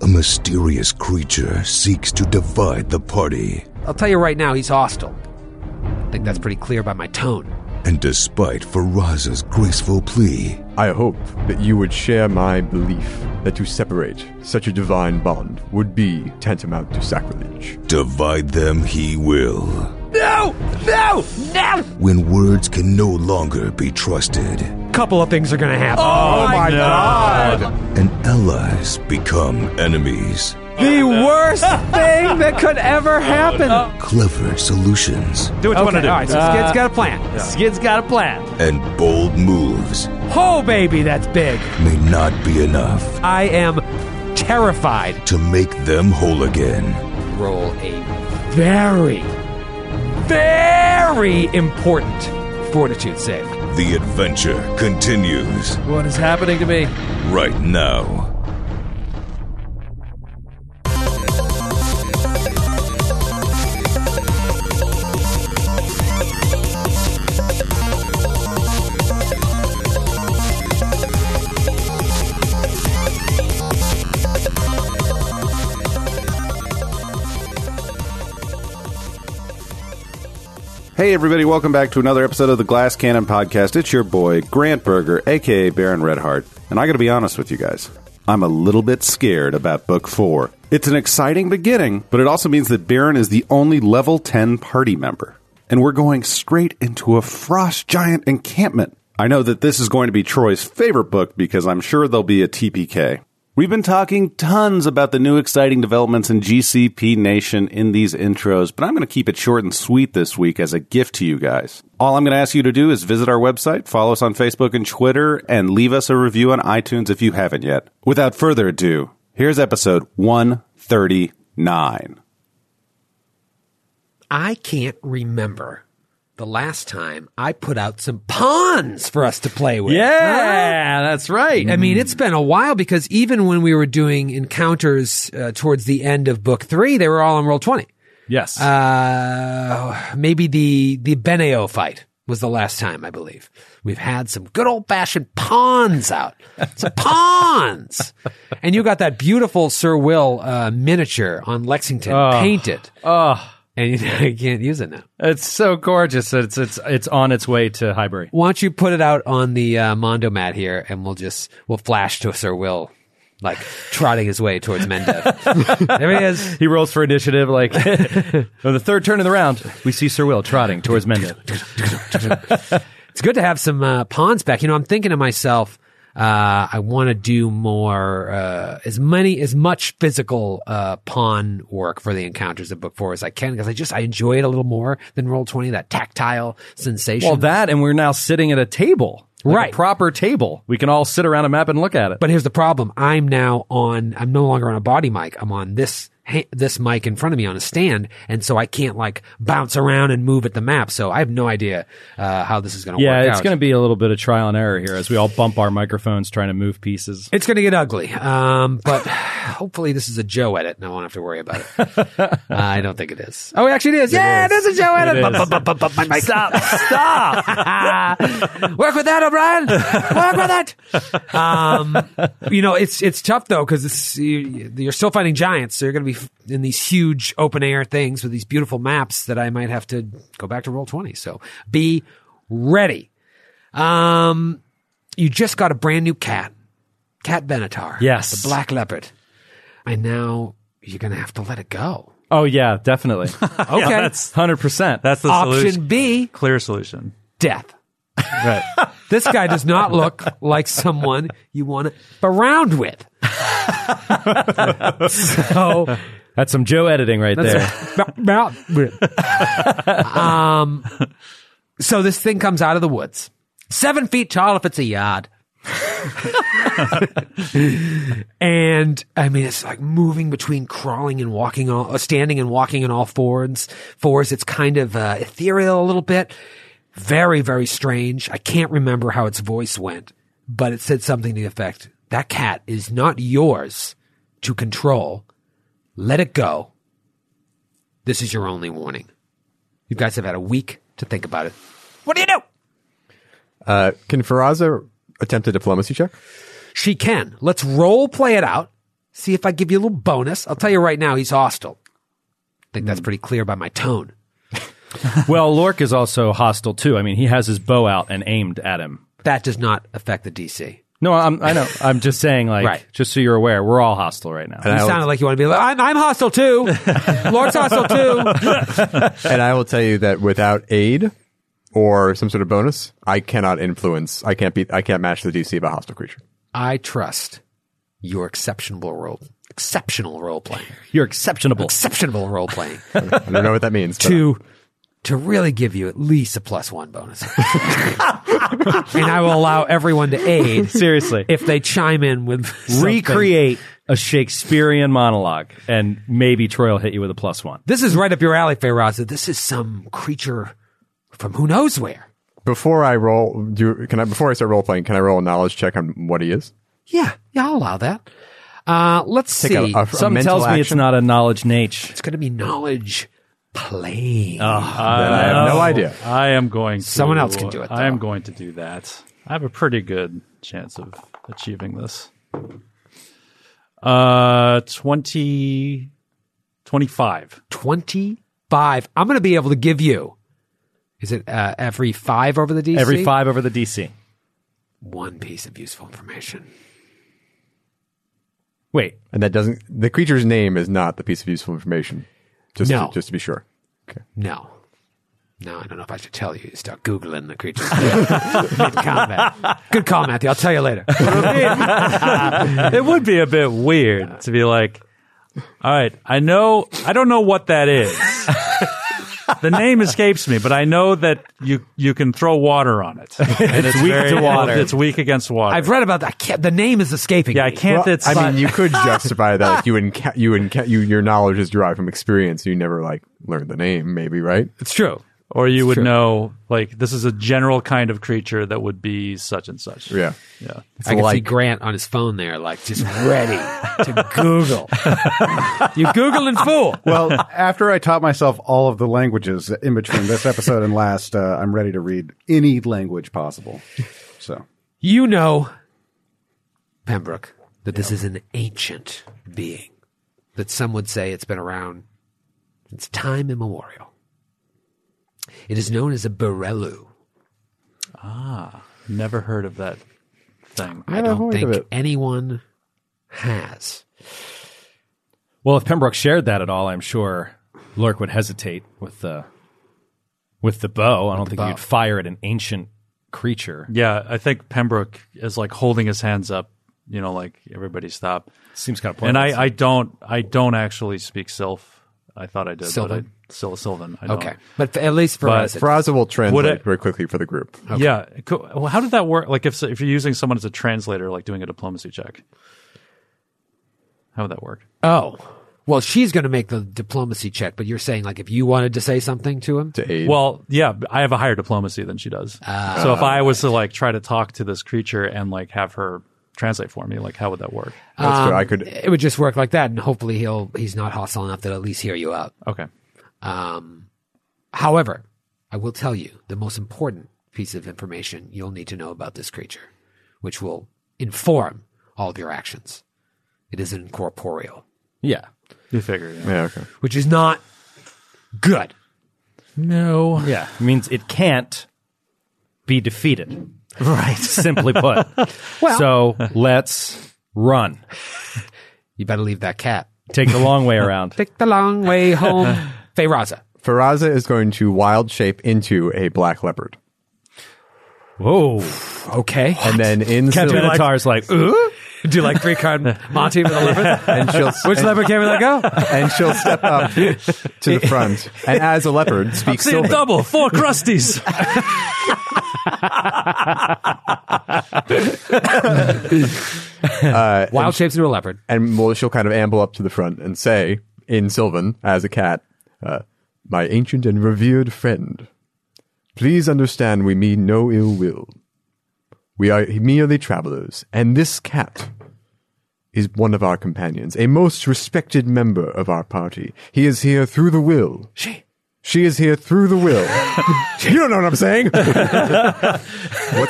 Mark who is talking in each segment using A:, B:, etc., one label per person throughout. A: a mysterious creature seeks to divide the party.
B: I'll tell you right now, he's hostile. I think that's pretty clear by my tone.
A: And despite Faraz's graceful plea,
C: I hope that you would share my belief that to separate such a divine bond would be tantamount to sacrilege.
A: divide them he will.
B: No! No! No!
A: When words can no longer be trusted
B: Couple of things are gonna happen.
C: Oh my god!
A: and allies become enemies,
B: The worst thing that could ever happen.
A: clever solutions
B: Uh, do what you want to do. All right, so Skid's got a plan. Uh, Skid's got a plan.
A: and bold moves
B: Oh, baby, that's big.
A: may not be enough
B: I am terrified.
A: to make them whole again.
B: Roll a very, very important fortitude save.
A: The adventure continues
B: What is happening to me?
A: right now.
D: Hey, everybody, welcome back to another episode of the Glass Cannon Podcast. It's your boy, Grant Berger, aka Baron Redheart. And I gotta be honest with you guys, I'm a little bit scared about book four. It's an exciting beginning, but it also means that Baron is the only level 10 party member. And we're going straight into a frost giant encampment. I know that this is going to be Troy's favorite book because I'm sure there'll be a TPK. We've been talking tons about the new exciting developments in GCP Nation in these intros, but I'm going to keep it short and sweet this week as a gift to you guys. All I'm going to ask you to do is visit our website, follow us on Facebook and Twitter, and leave us a review on iTunes if you haven't yet. Without further ado, here's episode 139.
B: I can't remember the last time I put out some pawns for us to play with.
E: Yeah, that's right.
B: I mean, it's been a while because even when we were doing encounters uh, towards the end of book three, they were all on roll twenty.
E: yes.
B: Uh, maybe the the Beneo fight was the last time I believe we've had some good old fashioned pawns out, some pawns, and you got that beautiful Sir Will uh, miniature on Lexington painted,
E: oh,
B: and you, you can't use it now.
E: it's so gorgeous. It's it's it's on its way to Highbury.
B: Why don't you put it out on the uh, Mondo mat here, and we'll just we'll flash to Sir Will, like trotting his way towards Mendev. there he is.
E: He rolls for initiative. Like on the third turn of the round, we see Sir Will trotting towards Mendo.
B: It's good to have some uh, pawns back. You know, I'm thinking to myself, uh, I want to do more, uh, as many, as much physical uh, pawn work for the encounters of Book Four as I can, because I just I enjoy it a little more than Roll Twenty, that tactile sensation.
E: Well, that and we're now sitting at a table, like
B: Right.
E: A proper table. We can all sit around a map and look at it.
B: But here's the problem. I'm now on, I'm no longer on a body mic. I'm on this, ha- this mic in front of me on a stand. And so I can't like bounce around and move at the map. So I have no idea, uh, how this is going to work.
E: yeah, it's
B: out.
E: going to be a little bit of trial and error here as we all bump our microphones trying to move pieces.
B: It's going to get ugly. Um, but hopefully this is a Joe edit and I won't have to worry about it. I don't think it is. Oh, actually it is. yeah, it is, a Joe edit.
E: is.
B: Stop. Stop. Work with that, O'Brien. Work with it. Um, you know, it's, it's tough though because you, you're still fighting giants. So you're going to be f- in these huge open air things with these beautiful maps that I might have to go back to roll 20. So be ready. Um, you just got a brand new cat. Cat Benatar.
E: Yes.
B: The black leopard. And now you're going to have to let it go.
E: Oh yeah, definitely.
B: Okay.
F: that's-
E: Hundred percent.
F: That's the
B: Option
F: solution.
B: B,
F: Clear solution.
B: death.
F: Right.
B: This guy does not look like someone you want to around with. so
E: that's some Joe editing right there.
B: um, so this thing comes out of the woods, seven feet tall if it's a yard. and I mean, it's like moving between crawling and walking, all, uh, standing and walking in all fours. Fours, it's kind of uh, ethereal a little bit. Very, very strange. I can't remember how its voice went, but it said something to the effect: "That cat is not yours to control. Let it go." This is your only warning. You guys have had a week to think about it. What do you do?
C: Uh, can Faraza attempt a diplomacy check?
B: She can. Let's role play it out. See if I give you a little bonus. I'll tell you right now, he's hostile. I think that's pretty clear by my tone.
E: well, Lork is also hostile too. I mean, he has his bow out and aimed at him.
B: That does not affect the DC.
E: No, I'm, I know. I'm just saying, like,
B: Right.
E: just so you're aware, we're all hostile right now.
B: You
C: I would-
B: sounded like you want to be like, I'm, I'm hostile too. Lord's hostile too.
C: and I will tell you that without aid or some sort of bonus, I cannot influence. I can't be. I can't match the DC of a hostile creature.
B: I trust your exceptional role, exceptional role playing,
E: You're exceptionable.
B: exceptional role playing
C: I don't know what that means. but- uh,
B: to to really give you at least a plus one bonus. and I will allow everyone to aid
E: Seriously.
B: if they chime in with something.
E: Recreate a Shakespearean monologue, and maybe Troy will hit you with a plus one.
B: This is right up your alley, Feyraza. This is some creature from who knows where.
C: before I roll, do can I? Before I start role playing, can I roll a knowledge check on what he is?
B: Yeah, yeah, I'll allow that. Uh, let's
C: Take a-
B: see.
C: a- a
E: Some
C: mental
E: tells me it's
C: action?
E: not a knowledge nature.
B: it's going to be knowledge play.
F: Uh.
C: Then I have no idea.
F: I am going. To,
B: Someone else can do it,
F: I am
B: though.
F: going to do that. I have a pretty good chance of achieving this. Uh, 20, 25.
B: 25. I'm going to be able to give you. Is it uh, every five over the DC?
E: Every five over the DC.
B: One piece of useful information.
E: Wait,
C: And that doesn't. The creature's name is not the piece of useful information. Just,
B: No.
C: to, just to be sure.
B: No. No, I don't know if I should tell you. Start Googling the creature. Mid-combat. Good call, Matthew. I'll tell you later.
F: it would be a bit weird to be like, all right, I know, I don't know what that is. the name escapes me, but I know that you you can throw water on it. And it's, weak
E: to water.
F: It's weak against water.
B: I've read about that. I can't, the name is escaping
F: yeah, I
B: me.
F: can't.
C: Well,
F: it's
C: I mean, you could justify that if you enca- you enca- you your knowledge is derived from experience. You never like learned the name, maybe right?
B: It's true.
F: or you would know, like this is a general kind of creature that would be such and such.
C: Yeah.
F: yeah.
B: I can see
C: like-
B: Grant on his phone there, like just ready to Google. you Google and fool.
D: Well, after I taught myself all of the languages in between this episode and last, uh, I'm ready to read any language possible. So,
B: You know, Pembroke, that this is an ancient being. That some would say it's been around since time immemorial. It is known as a Borelu.
F: Never heard of that thing.
B: I don't think anyone has.
E: Well, if Pembroke shared that at all, I'm sure Lurk would hesitate with the with the bow. I don't think you'd fire at an ancient creature.
F: Yeah, I think Pembroke is like holding his hands up. You know, like everybody stop.
E: Seems kind of
F: and
E: pointless.
F: I, I don't I don't actually speak Sylph. I thought I did. But
B: Sylvan?
F: I, Syl- Sylvan. I don't.
B: Okay. But f- at least for
F: But
B: us, it-
C: Peraza will translate
F: Would it-
C: very quickly for the group.
F: Yeah. Cool. Well, how did that work? Like, if if you're using someone as a translator, like doing a diplomacy check, how would that work?
B: oh. Well, she's going to make the diplomacy check, but you're saying, like, if you wanted to say something to him?
C: To aid.
F: Well, yeah, I have a higher diplomacy than she does. so if I was to like try to talk to this creature and like have her translate for me, like how would that work?
C: That's good. I could.
B: it would just work like that, and hopefully he'll he's not hostile enough that at least hear you out.
F: Okay.
B: Um, however, I will tell you the most important piece of information you'll need to know about this creature, which will inform all of your actions. It is incorporeal,
E: yeah.
F: You figure. Yeah.
C: Yeah. Okay.
B: which is not good.
F: No.
E: Yeah. It means it can't be defeated. Right. Simply put. so let's run.
B: You better leave that cat.
E: Take the long way around.
B: Take the long way home. Feyraza.
C: Faraza is going to wild shape into a black leopard.
E: Whoa.
B: Okay.
C: And then in
E: Captain
C: silhouette-
E: Benatar's like, ooh.
B: Do like three card Monty with a leopard?
C: and she'll
B: Which
C: and-
B: leopard can we let go?
C: and she'll step up to the front. And as a leopard, speaks
F: See
C: Sylvan.
F: double, four crusties.
B: Wild shapes into a leopard.
C: and well, she'll kind of amble up to the front and say in Sylvan as a cat, uh, "My ancient and revered friend, please understand we mean no ill will. We are merely travelers, and this cat." Is one of our companions, a most respected member of our party. He is here through the will. She. She is here through the will. you don't know what I'm saying. What's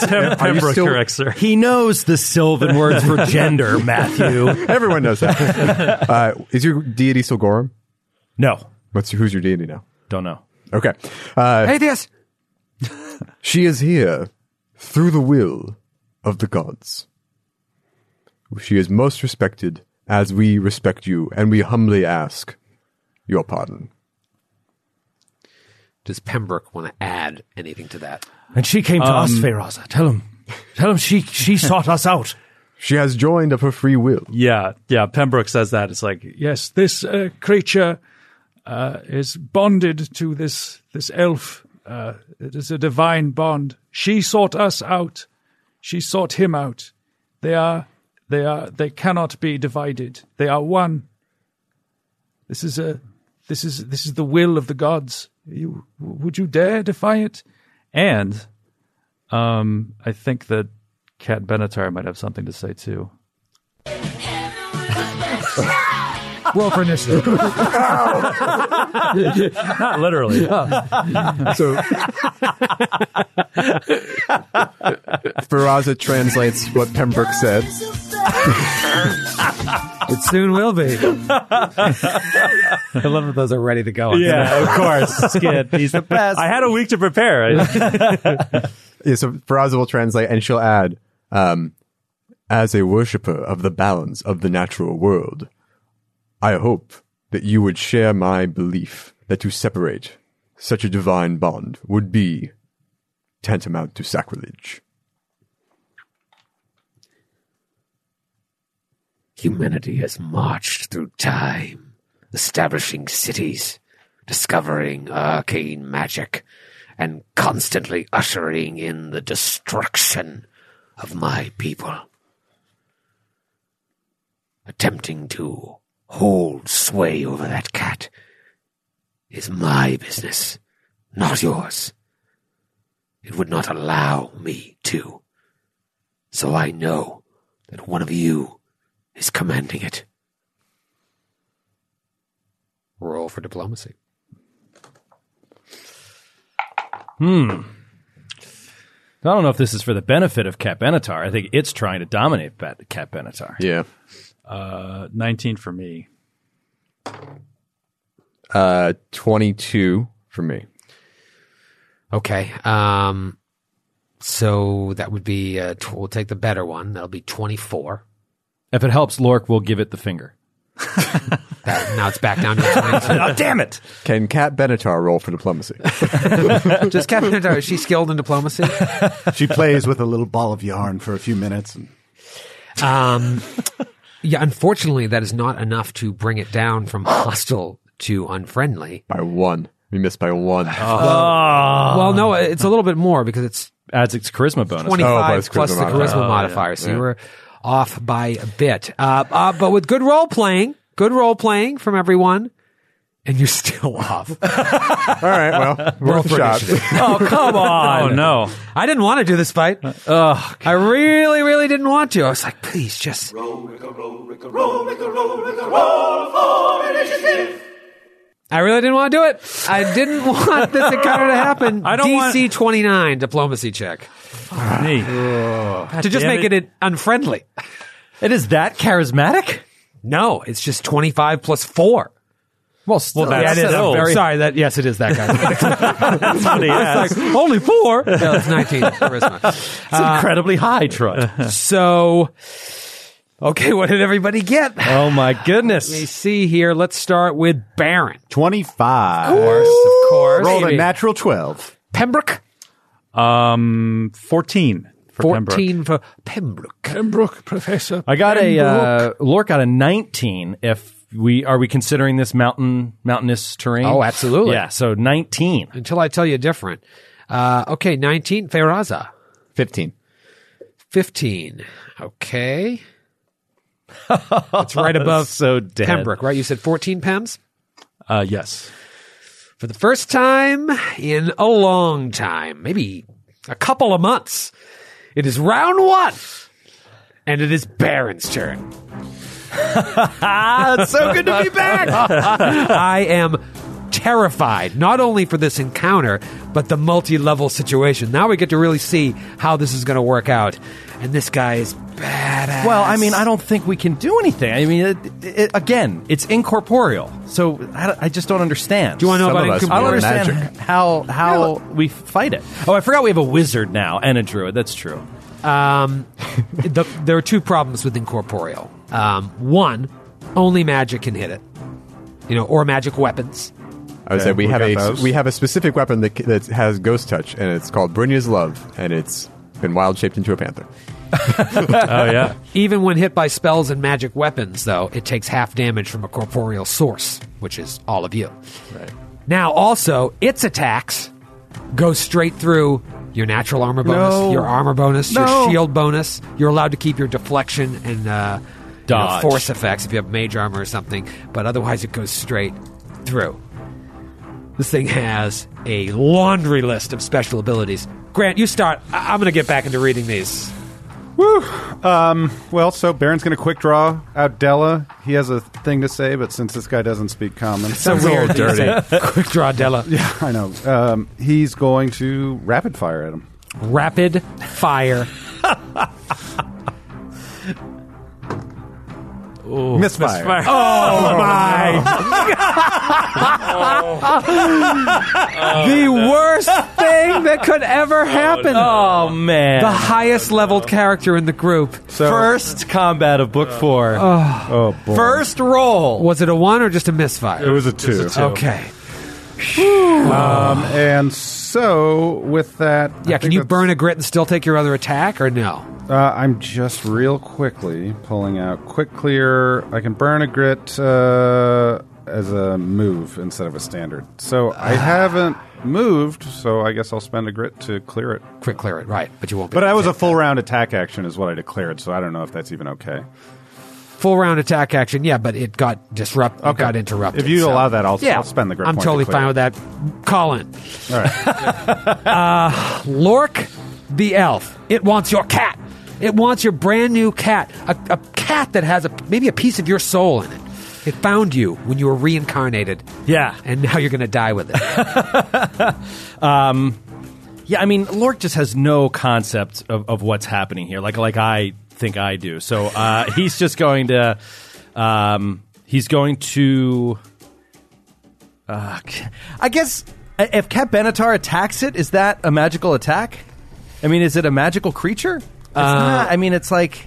F: Pem-
C: are you
F: Pembroke
C: still-
F: corrects her.
E: He knows the Sylvan words for gender, Matthew.
C: Everyone knows that. uh, is your deity still Gorum?
E: No.
C: What's who's your deity now?
E: Don't know.
C: Okay. Uh,
B: Atheist.
C: She is here through the will of the gods. She is most respected as we respect you, and we humbly ask your pardon.
B: Does Pembroke want to add anything to that?
E: And she came to us, Feyraza. Tell him. Tell him she, she sought us out.
C: She has joined of her free will.
F: Yeah, yeah. Pembroke says that. It's like, yes, this uh, creature uh, is bonded to this this elf. Uh, it is a divine bond. She sought us out. She sought him out. They are they are they cannot be divided. They are one. This is a this is this is the will of the gods. You would you dare defy it? And um, I think that Cat Benatar might have something to say too.
B: Roll for initiative.
F: Not literally.
C: So Faraza translates what Pembroke said.
B: it soon will be. I love that those are ready to go.
F: Yeah, of course. Skid. He's the best. I had a week to prepare. I-
C: Yeah, so Faraza will translate, and she'll add, um, as a worshipper of the balance of the natural world, I hope that you would share my belief that to separate such a divine bond would be tantamount to sacrilege.
B: Humanity has marched through time, establishing cities, discovering arcane magic, and constantly ushering in the destruction of my people. Attempting to hold sway over that cat is my business, not yours. It would not allow me to. So I know that one of you is commanding it. Roll for diplomacy.
E: I don't know if this is for the benefit of Cat Benatar. I think it's trying to dominate Bet- Cat Benatar.
C: Yeah.
F: Uh, 19 for me.
C: Uh, 22 for me.
B: Okay. Um, so that would be uh, tw- we'll take the better one. That'll be twenty four.
E: If it helps Lork, we'll give it the finger.
B: That, now it's back down to
E: Oh, damn it.
C: Can Cat Benatar roll for diplomacy?
B: twenty. Just Captain Hunter, is she skilled in diplomacy?
D: She plays with a little ball of yarn for a few minutes. And
B: Um, yeah. Unfortunately, that is not enough to bring it down from hostile to unfriendly.
C: by one. We missed by one.
B: well, no, it's a little bit more because it's
E: Adds its charisma bonus.
B: Twenty
C: Oh,
B: five
C: but it's
B: plus
C: charisma
B: the
C: modifier.
B: charisma modifier. So you were off by a bit. Uh, uh, but with good role playing, good role playing from everyone, and you're still off.
C: All right, well,
B: Roll
C: worth a
B: for
C: shot.
B: initiative.
E: Oh, come
F: Oh,
E: on.
F: no.
B: I didn't want to do this fight. I really, really didn't want to. I was like, please just. I really didn't want to do it. I didn't want this encounter to happen.
F: I don't want-
B: DC 29 diplomacy check
F: Me.
B: to just
F: damn
B: make it,
F: it.
B: it unfriendly.
E: It is that charismatic?
B: No, it's just 25 plus 4.
E: Well, still,
F: Well,
E: it
F: that's
E: is a
F: still-
E: very-
B: Sorry, that yes, it is that guy.
F: That's what he asked.
B: Like, only four.
E: Ah.
B: No, it's nineteen charisma.
E: it's incredibly high, Troy.
B: So Okay, what did everybody get? Let
E: Oh my
B: me
E: goodness.
B: see here. Let's start with Baron.
D: 25.
B: Of course, of course.
D: Rolled a natural 12.
B: Pembroke.
F: Um, 14 for Pembroke.
B: 14 for Pembroke.
G: Pembroke, Professor.
E: I got a uh, Lork got a 19 if we are we considering this mountain mountainous terrain?
B: Oh, absolutely.
E: Yeah, so 19.
B: Until I tell you different. Uh, okay, 19, Feyraza.
C: 15.
B: 15. Okay. That's right above
E: So dead.
B: Pembroke, right? You said 14 Pems?
F: Uh, yes.
B: For the first time in a long time, maybe a couple of months, it is round one. And it is Baron's turn.
C: That's so good to be back.
B: I am terrified, not only for this encounter, but the multi level situation. Now we get to really see how this is going to work out. And this guy is badass.
E: Well, I mean, I don't think we can do anything. I mean, it, it, again, it's incorporeal, so I, I just don't understand.
B: Do you want to know
C: Some of us
B: about incom-
E: I don't
C: Or
E: understand how how we fight it. Oh, I forgot we have a wizard now and a druid. That's true.
B: Um, the, there are two problems with incorporeal. Um, one, only magic can hit it, you know, or magic weapons.
C: I would say we,
D: we
C: have
D: got
C: a
D: those.
C: we have a specific weapon that, that has ghost touch, and it's called Brynja's Love, and it's been wild shaped into a panther.
F: Oh, yeah.
B: Even when hit by spells and magic weapons, though, it takes half damage from a corporeal source, which is all of you. Right. Now, also, its attacks go straight through your natural armor bonus,
D: No.
B: your armor bonus, your
D: No.
B: shield bonus. You're allowed to keep your deflection and uh, you know,
E: Dodge.
B: force effects if you have mage armor or something, but otherwise it goes straight through. This thing has a laundry list of special abilities. Grant, you start. I- I'm going to get back into reading these.
D: Well, so Baron's going to quick draw out Della. He has a thing to say, but since this guy doesn't speak common,
B: Sounds a little dirty. Quick draw, Della.
D: I know. Um, he's going to rapid fire at him.
B: Rapid fire.
D: misfire. Oh,
B: the worst thing that could ever happen.
E: Oh man!
B: The highest leveled character in the group.
D: So,
E: First combat of book four.
D: oh boy,
E: First roll.
B: Was it a one or just a
D: it
B: misfire?
D: was a two.
B: Okay.
D: Um, and so with that, I
B: Yeah, can
D: think
B: you
D: that's-
B: burn a grit and still take your other attack or no?
D: Uh, I'm just real quickly pulling out quick clear. I can burn a grit uh, as a move instead of a standard. So I haven't moved, so I guess I'll spend a grit to clear it.
B: Quick clear it, right. But you won't be.
D: But I was a full round attack action, is what I declared. So I don't know if that's even okay.
B: full round attack action, yeah, but it got disrupted.
D: Okay.
B: got interrupted.
D: If you
B: so-
D: allow that, I'll-
B: yeah,
D: I'll spend the grit
B: I'm
D: point to
B: totally
D: clear
B: fine
D: it.
B: with that. Colin.
D: All right.
B: Lork the elf. It wants your cat. It wants your brand new cat. A, a cat that has a maybe a piece of your soul in it. It found you when you were reincarnated,
E: yeah,
B: and now you're going to die with it.
E: yeah. I mean, Lork just has no concept of, of what's happening here. Like like I think I do. So uh, he's just going to. Um, he's going to. Uh, I guess i- if Cat Benatar attacks it, is that a magical attack? I mean, is it a magical creature? It's
B: Uh,
E: not. I mean, it's like.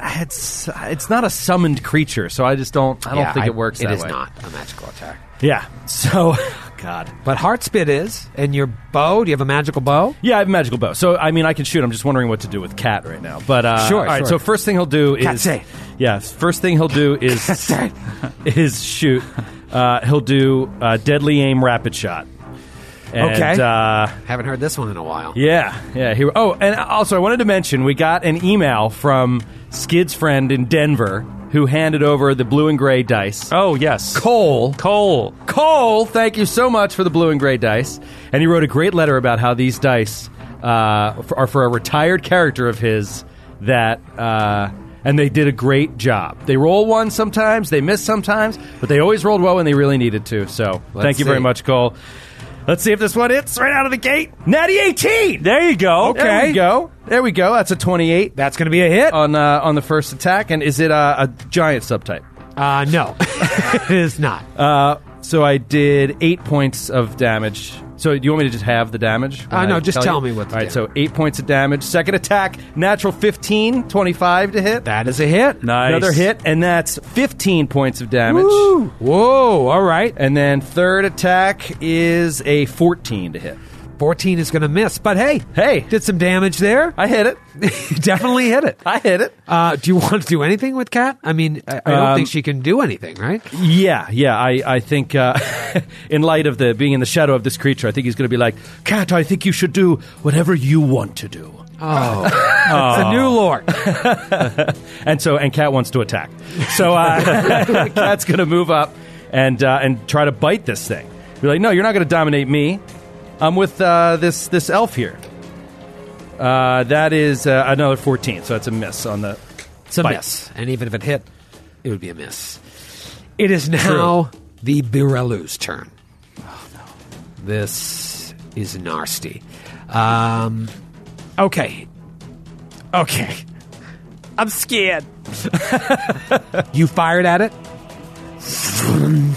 E: It's it's not a summoned creature, so I just don't I don't
B: Yeah,
E: think it works. that
B: It is
E: way.
B: not a magical attack.
E: Yeah. So, oh, God.
B: But Heartspit is, and your bow. Do you have a magical bow?
E: Yeah, I have a magical bow. So, I mean, I can shoot. I'm just wondering what to do with Cat right now. But uh,
B: Sure,
E: All right.
B: sure.
E: So first thing he'll do
B: Cat
E: is
B: say.
E: yeah. First thing he'll do is is shoot. Uh, he'll do uh, deadly aim rapid shot. And,
B: Okay.
E: Uh,
B: Haven't heard this one in a while.
E: yeah, yeah. Here. Oh, and also I wanted to mention we got an email from Skid's friend in Denver who handed over the blue and gray dice.
F: Oh, yes.
E: Cole.
F: Cole.
E: Cole, thank you so much for the blue and gray dice. And he wrote a great letter about how these dice uh, f- are for a retired character of his that. Uh, and they did a great job. They roll one sometimes, they miss sometimes, but they always rolled well when they really needed to. So thank you very
B: see.
E: much, Cole. Let's see if this one hits right out of the gate. Natty 18!
F: There you go.
E: There we go. There we go. That's a 28
B: That's going to be a hit.
E: on uh, on the first attack. And is it uh, a giant subtype?
B: Uh, no, it is not.
E: Uh, So I did eight points of damage. So do you want me to just have the damage? when
B: Uh, no,
E: I
B: just tell me what the
E: All right, so eight points of damage. Second attack, natural 15, 25 to hit.
B: That is a hit.
F: Nice.
E: Another hit, and that's 15 points of damage.
B: Whoa, all right.
E: And then third attack is a 14 to hit.
B: 14 is going to miss, but hey,
E: Hey.
B: did some damage there.
E: I hit it.
B: Definitely hit it.
E: I hit it.
B: Uh, do you want to do anything with Kat? I mean, I, I don't
E: Um,
B: think she can do anything, right?
E: Yeah, yeah. I, I think uh, in light of the being in the shadow of this creature, I think he's going to be like, Cat, I think you should do whatever you want to do.
B: Oh. It's a new lord.
E: And so, and Cat wants to attack. So uh, Cat's going to move up and uh, and try to bite this thing. Be like, no, you're not going to dominate me. I'm with uh, this this elf here. Uh, that is uh, another 14, so that's a miss on the.
B: It's a
E: Bite.
B: miss. And even if it hit, it would be a miss. It is now the Birelu's turn. Oh, no. This is nasty. Um, okay. Okay. I'm scared. you fired at it.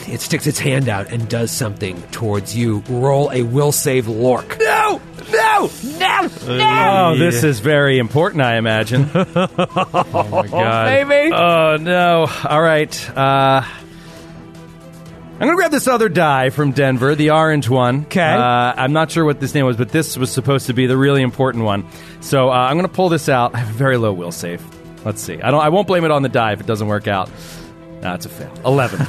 B: It sticks its hand out and does something towards you. Roll a will save Lork. Uh,
E: No! No! No! No! Oh, this is very important, I imagine.
F: my God.
E: Oh no! All right. Uh, I'm gonna grab this other die from Denver, the orange one.
B: 'Kay.
E: Uh, I'm not sure what this name was, but this was supposed to be the really important one. So uh, I'm gonna pull this out. I have a very low will save. Let's see. I don't. I won't blame it on the die if it doesn't work out. No, it's a fail. Oh, Eleven.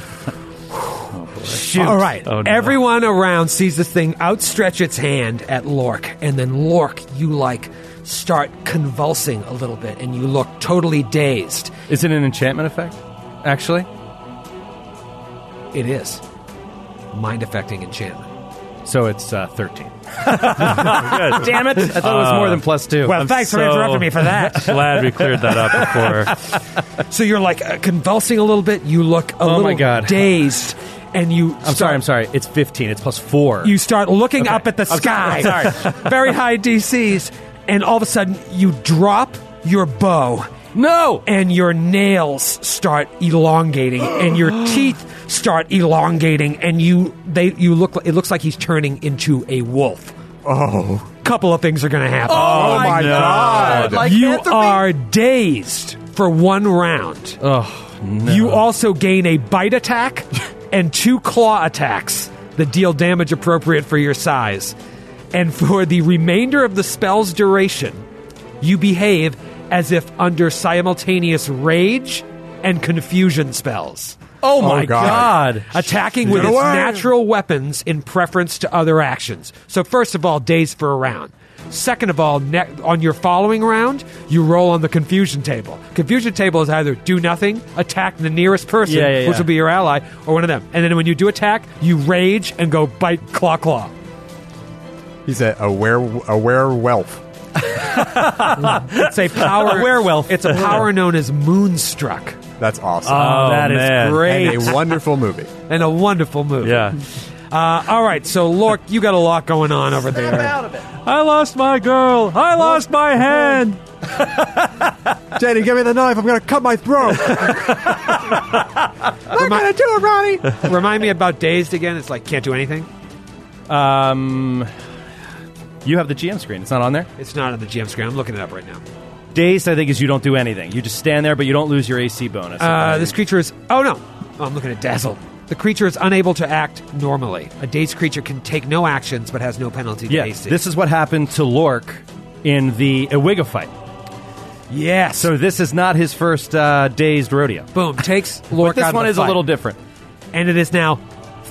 B: All right.
F: Oh, no.
B: Everyone around sees this thing outstretch its hand at Lork, and then Lork, you like start convulsing a little bit, and you look totally dazed.
E: is it an enchantment effect? Actually,
B: It is mind affecting enchantment.
E: so it's uh, thirteen. Damn it! I thought it was more than plus two.
B: Well, thanks for interrupting me for that.
F: Glad we cleared that up before.
B: So you're like uh, convulsing a little bit. You look a
E: my
B: little
E: God.
B: dazed, and you.
E: I'm sorry. I'm sorry. It's fifteen. It's plus four.
B: You start looking up at the
E: I'm
B: sky.
E: sorry, I'm sorry.
B: Very high DCs, and all of a sudden you drop your bow.
E: no.
B: and your nails start elongating and your teeth start elongating and you they you look it looks like he's turning into a wolf
C: Oh,
B: couple of things are gonna happen
C: oh my god!
B: you are dazed for one round you also gain a bite attack and two claw attacks that deal damage appropriate for your size and for the remainder of the spell's duration you behave as if under simultaneous rage and confusion spells
E: Oh my god.
C: God.
B: attacking with
C: Get
B: its
C: away.
B: natural weapons in preference to other actions. So first of all, days for a round. Second of all, ne- on your following round, you roll on the confusion table. Confusion table is either do nothing, attack the nearest person,
E: Yeah, yeah,
B: which
E: yeah.
B: will be your ally, or one of them. And then when you do attack, you rage and go bite claw claw.
C: He's a, a were a werewolf.
B: It's a power.
E: werewolf.
B: It's a power known as moonstruck,
C: That's awesome.
F: Oh,
E: that is
F: man.
E: great.
C: and a wonderful movie.
B: and a wonderful move.
F: Yeah.
B: Uh, all right, so Lork, you got a lot going on over there.
F: I lost my girl. I lost my hand.
C: Jenny, give me the knife. I'm gonna cut my throat.
B: I'm gonna do it, Ronnie. Remind me about dazed again. It's like can't do anything.
E: Um, you have the GM screen. It's not on there.
B: It's not on the GM screen. I'm looking it up right now.
E: Dazed, I think, is you don't do anything. You just stand there, but you don't lose your AC bonus.
B: Uh, this creature is. Oh no! Oh, I'm looking at dazzled. The creature is unable to act normally. A dazed creature can take no actions but has no penalty to
E: yeah,
B: AC.
E: this is what happened to Lork in the Iwiga fight.
B: yeah.
E: So this is not his first uh, dazed rodeo.
B: boom takes Lork
E: But this
B: out
E: one
B: of the
E: is a
B: fight.
E: little different.
B: and it is now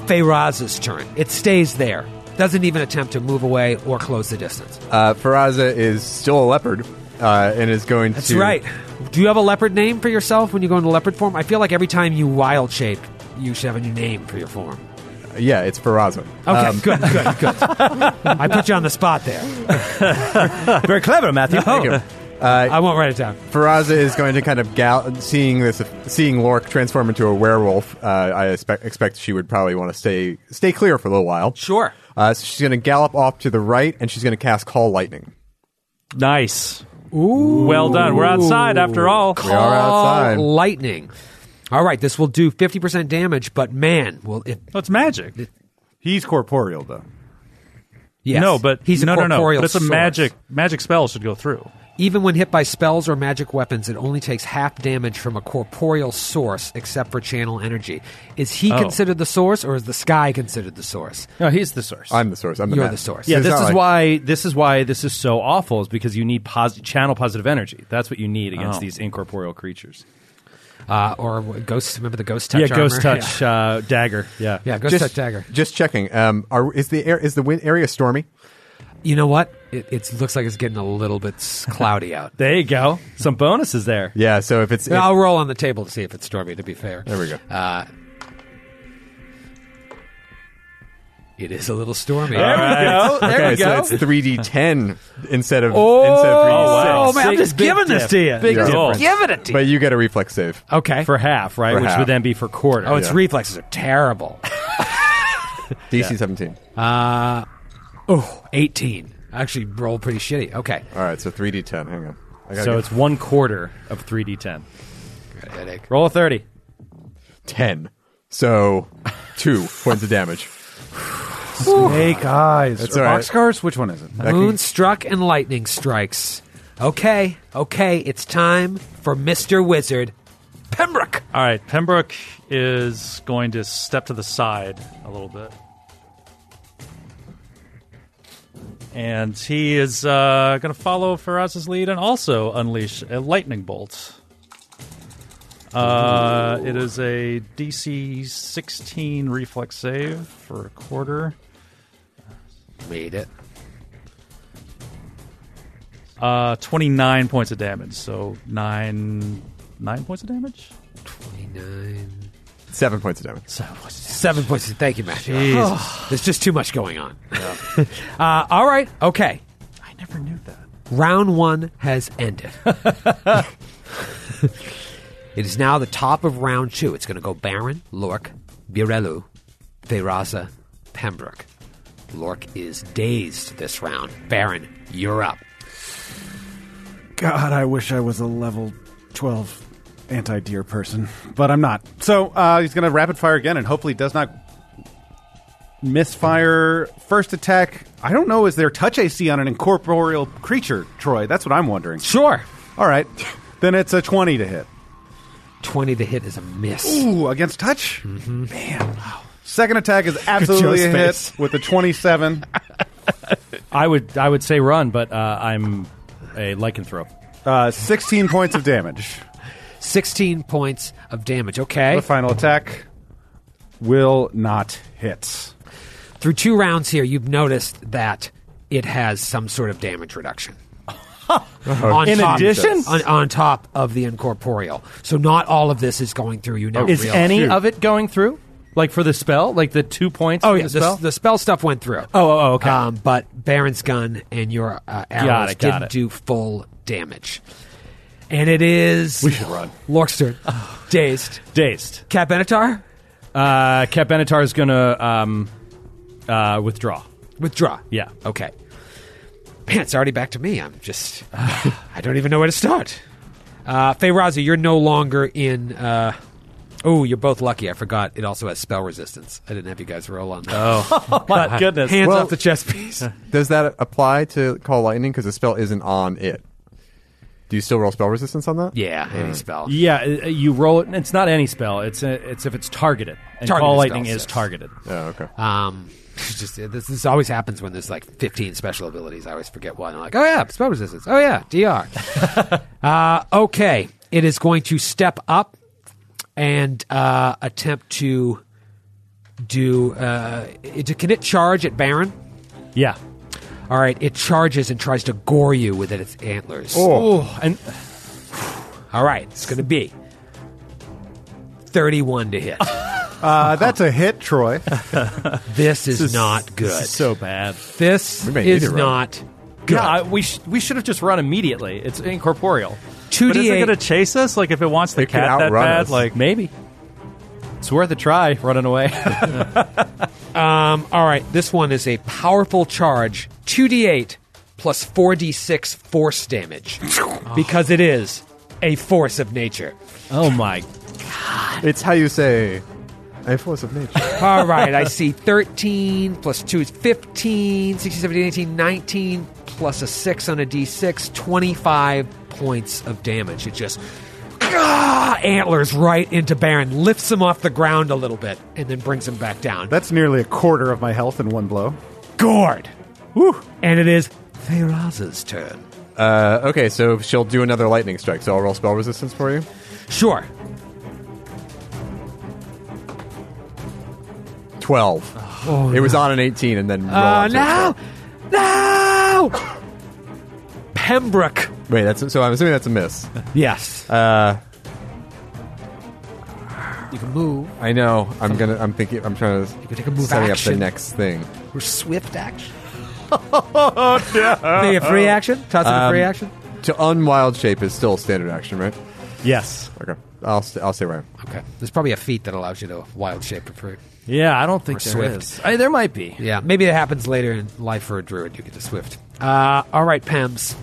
B: Feyraz's turn. It stays there. Doesn't even attempt to move away or close the distance.
C: Uh, Faraza is still a leopard uh, and is going
B: That's
C: to.
B: right. Do you have a leopard name for yourself when you go into leopard form? I feel like every time you wild shape, you should have a new name for your form.
C: Yeah, it's Faraza. Um,
B: Okay,
E: Um,
B: good, good, good. I put you on the spot there. Oh.
E: Very clever, Matthew.
C: Thank you.
B: I won't write it down.
C: Faraza is going to kind of gal- seeing this, seeing Lork transform into a werewolf. Uh, I expect, expect she would probably want to stay stay clear for a little while.
B: Sure.
C: Uh, so she's going to gallop off to the right, and she's going to cast Call Lightning.
F: Nice. Ooh. Well done. We're outside after all.
C: We are outside.
B: Lightning. All right, this will do 50% damage, but man, well, it.
F: Well, it's magic.
D: He's corporeal though.
B: Yes.
F: No, but
B: he's a
F: no, no, no.
B: corporeal
F: But it's a
B: source.
F: magic magic spell should go through.
B: Even when hit by spells or magic weapons, it only takes half damage from a corporeal source, except for channel energy. Is he
F: Oh.
B: considered the source, or is the sky considered the source?
E: No, he's the source.
C: I'm the source. I'm the
B: You're
C: man.
B: the source.
E: yeah,
C: It's
E: this
C: not
E: is
C: like-
E: why this is why this is so awful is because you need positive channel positive energy. That's what you need against
F: Oh.
E: these incorporeal creatures.
B: Uh, or ghost? Remember the ghost touch?
E: yeah, ghost
B: armor?
E: touch Uh, dagger. Yeah,
B: Yeah, yeah ghost touch dagger.
C: Just checking. Um, are is the air is the wind area stormy?
B: You know what? It, it looks like it's getting a little bit s- cloudy out.
E: There you go. Some bonuses there.
C: Yeah. So if it's if-
B: I'll roll on the table to see if it's stormy. To be fair, Uh,
C: there, we go.
B: it is a little stormy.
E: There we go. There
C: okay,
E: we
C: so
E: go.
C: it's three D ten instead of
B: Oh,
C: instead of three D six.
B: wow.
F: Oh,
B: man, I'm just
E: Big
B: giving this
E: diff.
B: to you.
E: Big
C: Yeah.
E: difference.
B: Giving it to you.
C: But you get a reflex save.
E: Oh,
B: Okay.
E: for half, right?
C: For
E: Which
C: half.
E: would then be for quarter.
B: oh, its
C: yeah.
B: reflexes are terrible.
C: DC seventeen.
B: Oh, 18. I actually rolled pretty shitty. Okay.
C: All right. So three D ten. Hang on. I gotta
E: so
C: get
E: it's one quarter of 3d10.
B: Got a headache.
E: Roll a 30.
C: ten. So two points of damage.
D: Snake eyes.
C: That's
D: Or
C: all right.
D: Boxcars? Which one is it?
C: That can-
B: Moonstruck and lightning strikes. Okay, okay, it's time for Mr. Wizard Pembroke.
F: All right, Pembroke is going to step to the side a little bit. And he is uh, going to follow Faraz's lead and also unleash a lightning bolt. Uh, it is a DC 16 reflex save for a quarter.
B: Made it.
F: Uh, 29 points of damage, so nine nine points of damage?
B: 29.
C: seven points of damage.
F: Seven points of damage.
B: Seven points. Thank you, Matt. There's just too much going on. uh, all right, okay.
F: I never knew that.
B: Round one has ended. it is now the top of round two. It's going to go Baron, Lork, Birelu, Feyraza, Pembroke. Lork is dazed this round. Baron, you're up.
D: God, I wish I was a level 12 anti deer person, but I'm not. So uh, he's going to rapid fire again and hopefully does not misfire. First attack. I don't know. Is there touch AC on an incorporeal creature, Troy? That's what I'm wondering.
B: Sure.
D: All right. Then it's a 20 to hit.
B: 20 to hit is a miss.
D: Ooh, against touch?
B: Mm-hmm.
D: Man. Wow. Second attack is absolutely a hit
B: face.
D: with a 27.
E: I would I would say run, but uh, I'm a lycanthrope.
D: Uh, 16 points of damage.
B: 16 points of damage. Okay.
D: The final attack will not hit.
B: Through two rounds here, you've noticed that it has some sort of damage reduction. on
E: In
B: top,
E: addition?
B: on, on top of the incorporeal, so not all of this is going through. You know,
E: Oh, Is
B: real-
E: any of it going through? Like for the spell? Like the two points?
B: Oh
E: for
B: yeah,
E: the
B: the,
E: spell?
B: the spell stuff went through.
E: Oh, oh, oh, okay.
B: Um, but Baron's gun and your uh, arrows
E: it, got
B: didn't
E: it.
B: do full damage. And it is we should run. Lorkster, dazed.
E: Dazed.
B: Cat Benatar,
E: Uh, Cat Benatar is going to um, uh, withdraw.
B: withdraw.
E: Yeah.
B: Okay. Man, it's already back to me. I'm just. I don't even know where to start. Uh, Feyrazi, you're no longer in. Uh, oh, you're both lucky. I forgot it also has spell resistance. I didn't have you guys roll on that.
E: Oh, my goodness.
B: Hands
C: Well-
B: off the chess piece.
C: Does that apply to call lightning because the spell isn't on it? Do you still roll spell resistance on that?
B: yeah, any spell.
E: Yeah, uh, you roll it. It's not any spell. It's a, it's if it's targeted. And
B: Targeted
E: call lightning
B: spells,
E: is
B: yes.
E: targeted.
C: Oh, okay.
B: Um, it's just this, this always happens when there's like 15 special abilities. I always forget one. I'm like, oh yeah, spell resistance. Oh yeah, DR. uh, okay, it is going to step up and uh, attempt to do. Uh, it, can it charge at Baron?
E: Yeah.
B: All right, it charges and tries to gore you with its antlers.
E: Oh, and
B: All right, it's going to be 31 to hit. Oh,
D: Uh, that's a hit, Troy.
B: this is, not good.
E: This is so bad.
B: This
C: may need
B: is
C: to roll.
B: not good.
E: Yeah, I- we sh- we should have just run immediately. It's incorporeal.
F: But is it going
B: 2d8
F: to chase us? Like, if it wants the
C: It could
F: cat that
C: outrun
F: bad?
C: us.
F: Like,
E: Maybe it's worth a try. Running away.
B: Um, all right, this one is a powerful charge, 2d8 plus 4d6 force damage, because it is a force of nature.
E: oh my
C: It's how you say, a force of nature.
B: All right, I see 13 plus 2 is 15, 16, 17, 18, 19, plus a 6 on a d6, 25 points of damage. It just ah, antlers right into Baron, lifts him off the ground a little bit, and then brings him back down.
D: That's nearly a quarter of my health in one blow.
B: gourd. Woo. And it is Feyraza's turn.
C: Uh, okay, so she'll do another lightning strike. So I'll roll spell resistance for you.
B: Sure.
C: Twelve. it was on an eighteen, and then roll
B: Uh,
C: on to a
B: no!
C: 12.
B: No! Pembroke.
C: Wait, that's so. I'm assuming that's a miss.
B: Yes.
C: Uh,
B: you can move.
C: I know. I'm gonna. I'm thinking. I'm trying to. You
B: could take a move
C: setting up
B: action.
C: the next thing.
B: Or swift action. Maybe a free action? Toss in a free action?
C: To unwild shape is still standard action, right?
E: Yes.
C: Okay. I'll st- I'll stay where I am.
B: Okay. There's probably a feat that allows you to wild shape for free.
E: Yeah, I don't think
B: Or
E: there
B: Swift.
E: is. I- there might be.
B: Yeah, maybe it happens later in life for a druid. You get to swift. Uh, all right, Pems.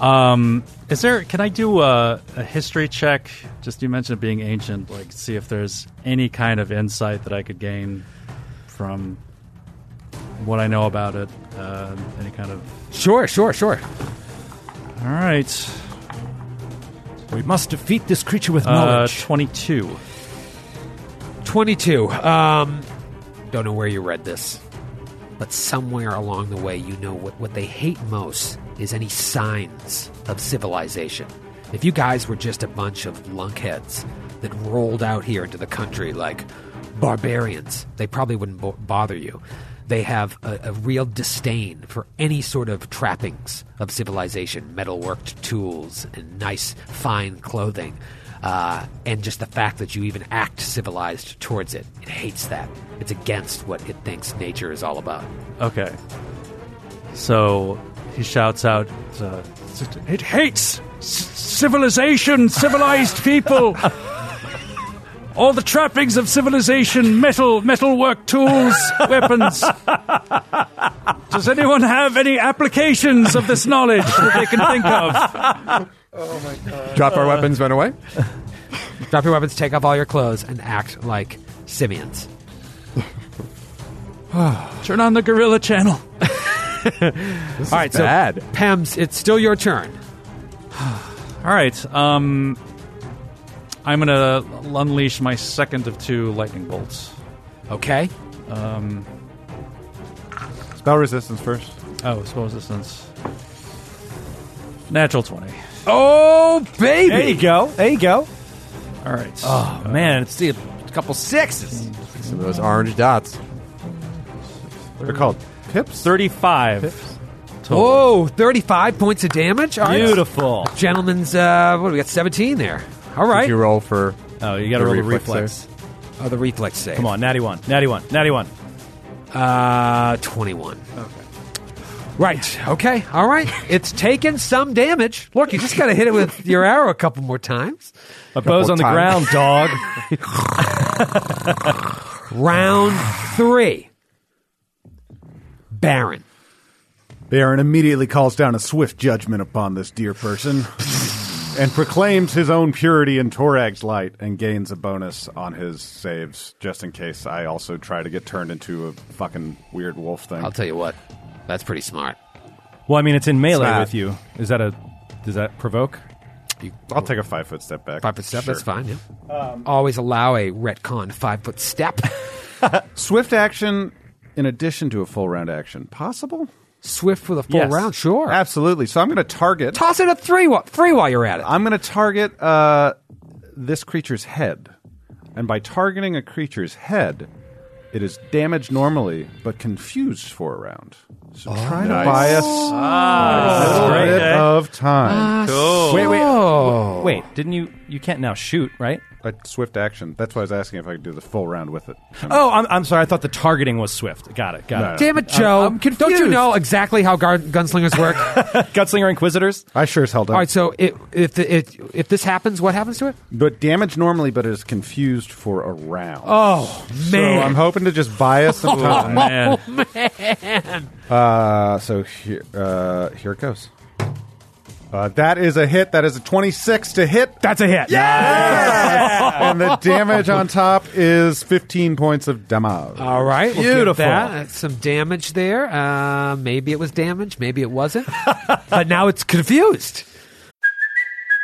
F: Um, is there? Can I do a, a history check? Just you mentioned it being ancient. Like, see if there's any kind of insight that I could gain from what I know about it. Uh, any kind of.
B: Sure, sure, sure.
F: All right.
E: We must defeat this creature with
F: Uh, Twenty-two.
B: 22. Um, don't know where you read this, but somewhere along the way, you know what, what they hate most is any signs of civilization. If you guys were just a bunch of lunkheads that rolled out here into the country like barbarians, they probably wouldn't bo- bother you. They have a, a real disdain for any sort of trappings of civilization, metalworked tools and nice, fine clothing uh, and just the fact that you even act civilized towards it. It hates that. It's against what it thinks nature is all about.
F: Okay. So he shouts out, uh, "It hates c- civilization, civilized people." All the trappings of civilization, metal, metalwork tools, weapons. Does anyone have any applications of this knowledge that they can think of?
C: Drop our weapons, run away.
B: Drop your weapons, take off all your clothes, and act like simians.
F: Turn on the gorilla channel.
C: This
B: All right,
C: is bad.
B: so Pems, it's still your turn.
F: All right. Um, I'm going to unleash my second of two lightning bolts.
B: Okay.
D: Spell resistance first.
F: Oh, spell resistance. Natural 20.
B: Oh baby!
E: There you go. There you go.
F: All right.
E: Oh man, it's the a couple sixes.
C: Some of those orange dots.
D: They're called pips.
E: 35. Total.
B: Whoa, 35 points of damage? All right.
E: Beautiful.
B: Gentlemen's, uh, what do we got? 17 there. All
C: Did you
B: right.
C: roll for?
E: Oh, you got to
C: The
E: roll the
C: reflex
E: reflex.
B: Oh, the reflex save.
E: Come on, natty one, natty one, natty one.
B: Uh, 21. Okay. Right. Okay. All right. It's taken some damage. Look, you just got to hit it with your arrow a couple more times.
E: My bow's on the
C: times.
E: ground, dog.
B: Round three. Baron.
D: Baron immediately calls down a swift judgment upon this dear person and proclaims his own purity in Torag's light and gains a bonus on his saves just in case I also try to get turned into a fucking weird wolf thing.
B: I'll tell you what, that's pretty smart.
E: well, I mean, it's in melee
C: Smart.
E: with you. Is that a? Does that provoke?
D: I'll take a five foot step back.
B: Five foot step, that's
D: Sure.
B: fine. Yeah.
E: Um,
B: Always allow a retcon five foot step.
D: Swift action in addition to a full round action. Possible?
B: Swift with a full
E: Yes.
B: round, sure.
D: Absolutely. So I'm going to target.
B: Toss it a three, wa- three while you're at it.
D: I'm going to target uh, this creature's head. And by targeting a creature's head, it is damaged normally, but confused for a round. So try to buy
B: Ah,
D: us a little bit
B: eh?
D: of time.
E: Wait, wait,
B: Oh.
E: wait. Didn't you? You can't now shoot, right?
D: A swift action. That's why I was asking if I could do the full round with it.
E: Oh, I'm, I'm sorry. I thought the targeting was swift. Got it. Got
D: No.
E: it.
B: Damn it, Joe. Don't you know exactly how gar- gunslingers work?
E: Gunslinger Inquisitors.
D: I sure as hell don't.
B: All right, so it, if the, it, if this happens, what happens to it?
D: but damage normally, but it is confused for a round.
B: Oh
D: So I'm hoping to just buy us some time.
F: Man.
D: Uh, so here, uh, here it goes. Uh, that is a hit. That is a 26 to hit.
F: That's a hit.
D: and the damage on top is 15 points of damage.
B: All right, we'll give
E: Beautiful.
B: that. That's Some damage there. Uh, maybe it was damage, maybe it wasn't. but now it's confused.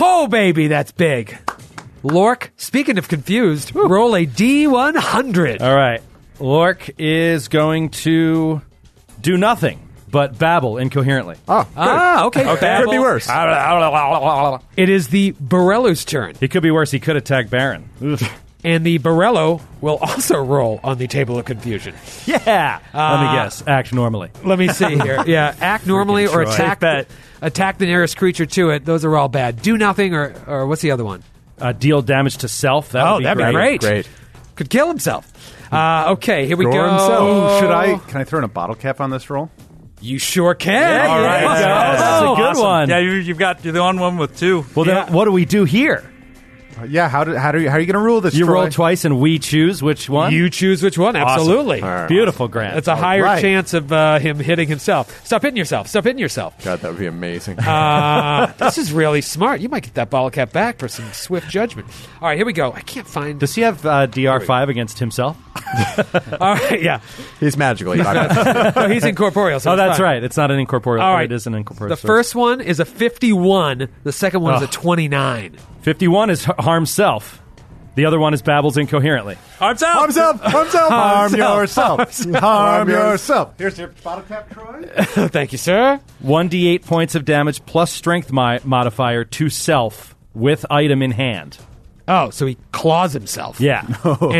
B: Oh, baby, that's big. Lork, speaking of confused, roll a D100.
E: All right. Lork is going to do nothing but babble incoherently.
C: Oh,
B: ah, okay.
C: Could be worse.
B: It is the Borello's turn,
E: He could be worse. He could attack Baron.
B: and the Borello will also roll on the table of confusion.
E: Yeah. Let
B: Uh,
E: me guess. Act normally.
B: Let me see here. Yeah, act normally or
E: Troy.
B: attack
E: Safe bet.
B: attack the nearest creature to it. Those are all bad. Do nothing or or what's the other one?
E: Uh, deal damage to self. That
B: Oh,
E: would be great.
B: that'd be great.
C: Great.
B: Could kill himself. Uh, okay, here we
C: Gore
B: go.
C: himself.
D: Should
B: Oh.
D: I? Can I throw in a bottle cap on this roll?
B: You sure can.
E: Yeah,
B: All
E: yeah,
B: right.
E: yeah.
B: Let's go. Oh,
E: That's a good
F: Awesome.
E: one.
F: Yeah, you, you've got you're the on one with two.
E: Well, then what do we do here?
D: Uh, yeah. How do? How do? You, how are you going to rule this?
E: You
D: Troy?
E: roll twice and we choose which one?
B: You choose which one.
E: Awesome.
B: Absolutely.
E: Beautiful, Grant.
B: That's a higher
D: right.
B: chance of uh, him hitting himself. Stop hitting yourself. Stop hitting yourself.
C: God, that would be amazing.
B: Uh, this is really smart. You might get that bottle cap back for some swift judgment. All right, here we go. I can't find.
E: Does he have uh, DR5 against himself?
B: All right, yeah.
C: He's magically.
B: No, he's incorporeal. So
E: Oh,
B: it's
E: that's
B: fine.
E: right. It's not an incorporeal.
B: All
E: but
B: right.
E: It is an incorporeal.
B: The first one is a 51. The second one is
E: Ugh.
B: a 29.
E: 51 is har- harm self. The other one is babbles incoherently.
F: Arms out.
C: Arms up! Arms up!
D: Harm yourself. Harm yourself. Here's your bottle cap, Troy.
B: Thank you, sir.
E: 1d8 points of damage plus strength mi- modifier to self with item in hand.
B: Oh, so he claws himself.
E: Yeah.
B: And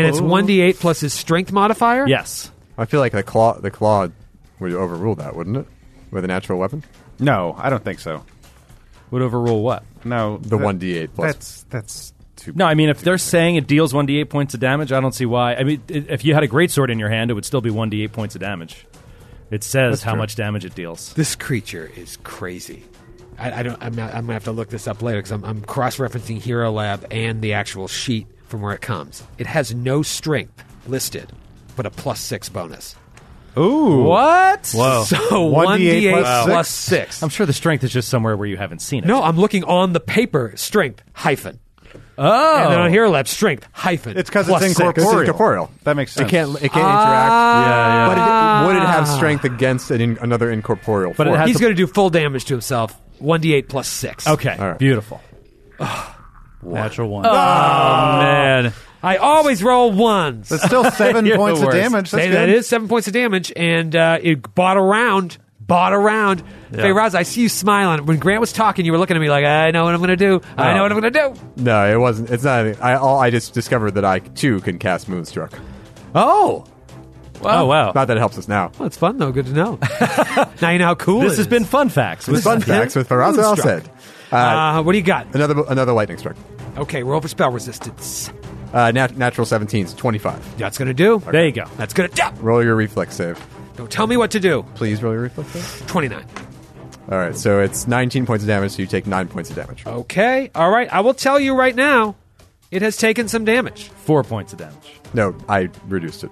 B: it's 1d8 plus his strength modifier?
E: yes.
C: I feel like the claw, the claw would overrule that, wouldn't it? With a natural weapon,
D: No, I don't think so.
E: Would overrule what?
D: No,
C: the
D: that-
C: one d8 plus.
D: That's that's too.
E: No, I mean, if they're saying it deals 1d8 points of damage, I don't see why. I mean, i- if you had a great sword in your hand, it would still be 1d8 points of damage. It says how much damage it deals.
B: This creature is crazy. I, I don't. I'm, not, I'm gonna have to look this up later because I'm, I'm cross-referencing Hero Lab and the actual sheet from where it comes. It has no strength listed, but a plus six bonus.
D: Ooh,
E: What? Whoa.
B: So
D: 1d8
B: 1d8
D: plus
B: plus
D: six?
B: six.
E: I'm sure the strength is just somewhere where you haven't seen it.
B: no, I'm looking on the paper. Strength hyphen.
E: Oh.
B: And then on Hero Lab, strength hyphen.
D: It's because
B: plus
D: it's
B: six.
D: incorporeal.
C: It's incorporeal.
D: That makes sense.
C: It can't. It can't interact.
E: Yeah,
C: But
E: yeah.
C: it, would it have strength against an in, another incorporeal?
E: But it
C: form?
E: has-
B: He's going to do full damage to himself. 1d8 plus 6.
E: okay.
C: All right.
E: Beautiful. Oh,
F: Natural one. man.
B: I always roll ones.
D: That's still seven
E: You're the
D: points of
E: worst.
D: damage. That's
B: Say
D: good.
B: that is seven points of damage, and uh, it bought around. Bought around. Feyraz, I see you smiling. When Grant was talking, you were looking at me like, I know what I'm going to do. I know what I'm going to do.
C: no, it wasn't. It's not. anything. I all I just discovered that I too can cast Moonstruck.
B: Oh.
F: oh wow.
C: Not that it helps us now.
B: Well, it's fun, though. Good to know. now you know how cool
E: This
B: it
E: has
B: is.
E: been fun facts.
C: It's fun Ah. facts with Faraz Al
B: Moonstruck.
C: said.
B: Uh, what do you got?
C: Another another lightning strike.
B: Okay, roll for spell resistance.
C: Uh, nat- natural 17s, 25.
B: That's going to do.
E: There you go.
B: That's going to do.
C: Roll your reflex save.
B: Don't tell me what to do.
C: Please roll your reflex save.
B: 29.
C: All right, so it's 19 points of damage, so you take 9 points of damage.
B: Okay. All right. I will tell you right now, it has taken some damage.
E: Four points of damage.
C: No, I reduced it.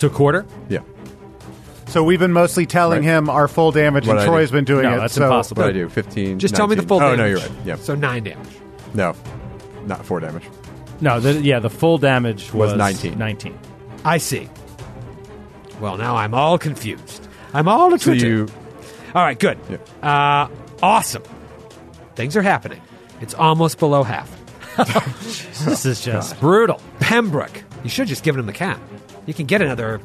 E: To a quarter?
C: Yeah.
H: So we've been mostly telling
C: Right.
H: him our full damage,
C: What I
H: and Troy's
C: do.
H: been doing
E: No,
H: it.
E: that's
H: so
E: impossible.
C: What I do? 15.
B: Just tell me the
C: 19.
B: full
C: Oh,
B: damage.
C: no, you're right. Yeah.
B: So nine damage.
C: No, not 4 damage.
E: No, the, yeah, the full damage was,
C: Was 19.
E: 19.
B: I see. Well, now I'm all confused. I'm all
C: So
B: confused.
C: you.
B: All right, good. Uh, awesome. Things are happening. It's almost below half.
E: This is just brutal.
B: Pembroke. You should have just given him the cat. You can get another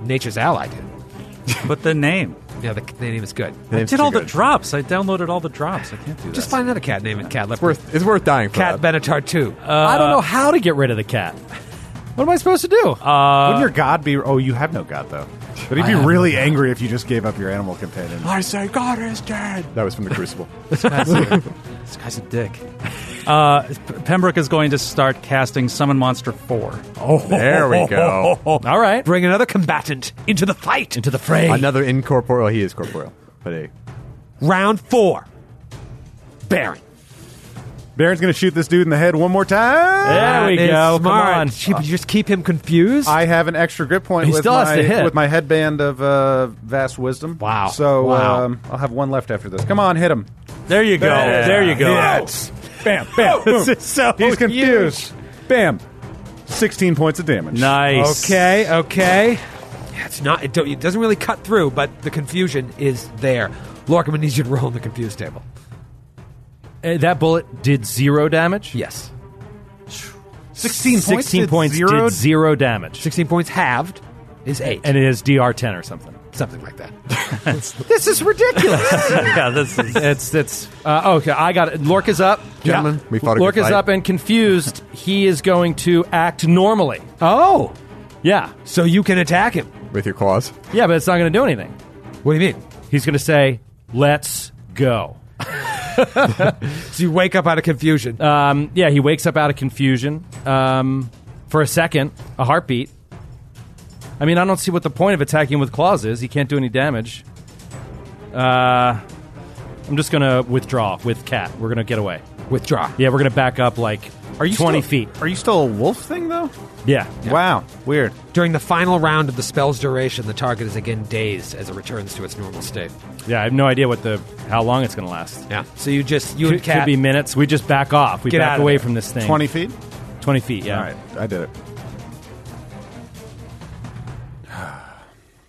B: Nature's Ally, dude.
F: But the name.
B: Yeah, the, the name is good.
F: I
C: name's
F: did
C: too
F: all the
C: good.
F: drops. I downloaded all the drops. I can't do that.
B: Just find another cat name and cat left.
C: Worth, it's worth dying for.
B: Cat
C: that.
B: Benatar 2.
E: Uh, I don't know how to get rid of the cat. What am I supposed to do?
B: Uh,
E: Uh,
H: Wouldn't your god be? Oh, you have no god though. But he'd be really angry if you just gave up your animal companion.
C: I say God is dead. That was from the Crucible.
F: This guy's a dick. Uh, P- Pembroke is going to start casting Summon Monster 4.
C: there we go.
E: All right.
B: Bring another combatant into the fight.
E: Into the fray.
C: Another incorporeal. He is corporeal, but a
B: Round four. Baron.
H: Baron's gonna shoot this dude in the head one more time.
E: there we
B: That is
E: go.
B: Smart.
E: Come on.
B: She- you just keep him confused.
D: I have an extra grip point
E: He
D: with,
E: still has
D: my,
E: to hit.
D: with my headband of uh, vast wisdom.
B: Wow.
D: So
B: Wow.
D: Um, I'll have one left after this. Come on, hit him.
F: There you go.
D: Oh,
F: There you go.
D: Bam, bam. boom.
E: so
D: He's confused. Bam. 16 points of damage.
F: Nice.
B: okay, okay. Yeah, It's not. It, don't, it doesn't really cut through, but the confusion is there. Lorcan needs you to roll on the confused table.
E: Uh, that bullet did zero damage?
B: Yes.
H: 16 points.
E: 16
H: did
E: points
H: zero
E: did zero damage.
B: 16 points halved is 8.
E: And it is DR 10 or something.
B: something like that. this is ridiculous.
F: yeah, this is.
E: It's it's uh, okay. I got it. Lorca's up,
C: Gentlemen, we fought a good
E: Lorca's
C: fight.
E: up and confused. he is going to act normally.
B: oh,
E: Yeah,
B: so you can attack him.
C: with your claws.
E: yeah, but it's not going to do anything.
B: What do you mean?
E: He's going to say, "Let's go."
B: So you wake up out of confusion.
E: Um, yeah, he wakes up out of confusion um, for a second, a heartbeat. I mean, I don't see what the point of attacking with claws is. He can't do any damage. Uh, I'm just going to withdraw with cat. We're going to get away.
B: Withdraw.
E: Yeah, we're going to back up like
H: Are you
E: 20
H: still-
E: feet.
H: Are you still a wolf thing though?
E: Yeah.
H: Wow, weird.
B: During the final round of the spell's duration, the target is again dazed as it returns to its normal state.
E: Yeah, I have no idea what the how long it's going to last.
B: Yeah. So you just you
E: Could,
B: and Cat
E: could be minutes. We just back off. We
B: Get out
E: back
B: of
E: away
B: there.
E: from this thing.
H: 20 feet?
E: 20 feet. Yeah.
H: All right, I did it.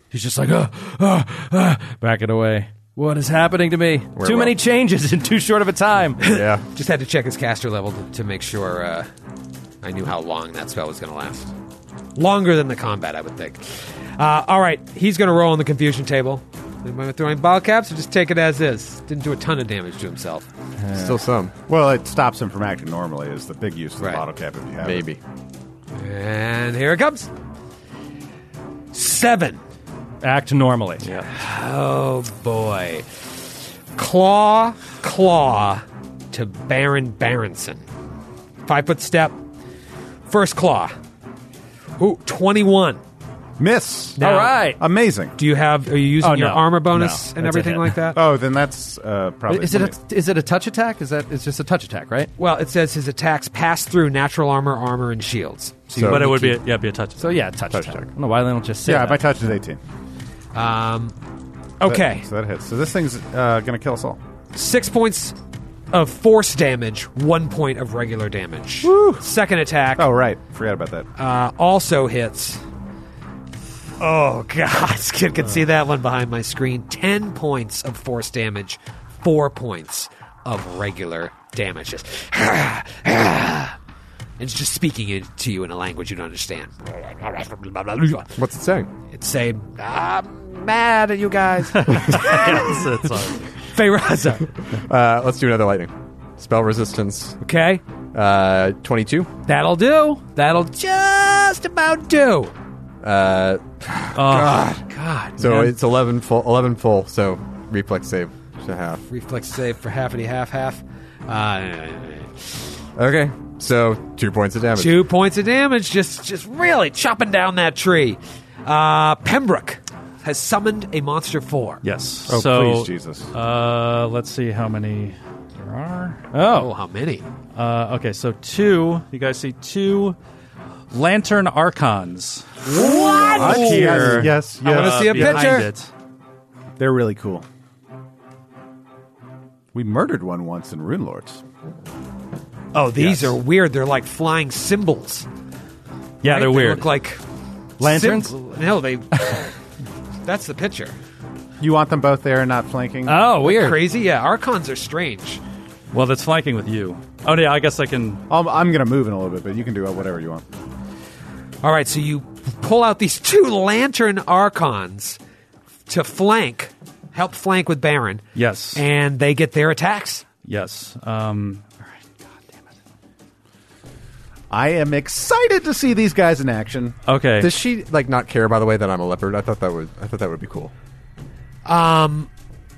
E: He's just like, uh, uh, uh, back it away. What is happening to me? too
C: well.
E: many changes in too short of a time.
C: Yeah.
B: just had to check his caster level to, to make sure uh, I knew how long that spell was going to last. Longer than the combat, I would think. Uh, all right, he's going to roll on the confusion table. Am I throwing ball caps or just take it as is? Didn't do a ton of damage to himself.
C: Still some.
H: Well, it stops him from acting normally. Is the big use of
B: Right.
H: the bottle cap if you have it.
C: Maybe.
B: And here it comes. Seven.
E: Act normally.
B: Oh boy. Claw, claw to Baron Berenson. Five foot step. First claw. Ooh, 21.
H: Miss.
B: Now-
E: All right.
H: Amazing.
B: Do you have? Are you using
E: Oh,
B: your
E: no.
B: armor bonus
E: No,
B: and
E: that's a
B: everything
E: hit.
B: like that?
H: Oh, then that's uh, probably.
E: Is it a, is it a touch attack? Is that it's just a touch attack, right?
B: well, it says his attacks pass through natural armor, armor, and shields.
C: So-
F: but it would be a, yeah, it'd be a touch.
E: So yeah, touch,
C: Touch
E: attack.
C: attack.
E: I don't know why they don't just say
H: yeah,
E: that.
H: my touch is 18.
B: Okay,
H: So that hits. So this thing's uh, going to kill us all.
B: six points of force damage, one point of regular damage. Second attack
H: Oh, right. Forgot about that.
B: uh, also hits. Oh god, kid can see that one behind my screen. Ten points of force damage, four points of regular damage. Just it's just speaking it to you in a language you don't understand.
C: What's it saying?
B: It's saying, I'm mad at you guys. Feyraza.
C: Uh, let's do another lightning. Spell resistance.
B: Okay.
C: Uh, 22.
B: That'll do. That'll just about do.
C: Uh,
B: God.
C: so
B: man.
C: it's 11 full. 11 full. So reflex save to half.
B: Reflex save for halfity half half. Uh,
C: Okay. So two points of damage.
B: two points of damage. Just just really chopping down that tree. Uh, Pembroke. has summoned a monster four.
F: Yes.
B: Oh,
F: so,
B: please, Jesus.
F: Uh, let's see how many there are. Oh,
B: how many?
F: Uh, okay, so two. You guys see two lantern archons.
I: What?
F: Up here.
D: Yes, yes,
F: I wanna
D: yes.
F: see a behind picture. it.
D: They're really cool. We murdered one once in Rune Lords.
B: Oh, these are weird. They're like flying symbols.
F: Yeah, they're
B: They
F: weird.
B: Look like
D: Lanterns?
B: symb- no, they. that's the picture.
D: You want them both there and not flanking?
B: Uh.
F: Oh, weird.
B: Crazy. Yeah, archons are strange.
F: Well, that's flanking with you. Oh, yeah, I guess I can.
D: I'm, I'm going to move in a little bit, but you can do whatever you want.
B: All right, so you pull out these two lantern archons to flank, help flank with Baron.
F: Yes.
B: and they get their attacks.
F: Yes. Um,
D: I am excited to see these guys in action.
B: Oh,
F: Okay.
C: Does she like not care? By the way, that I'm a leopard. I thought that would. I thought that would be cool.
B: Um,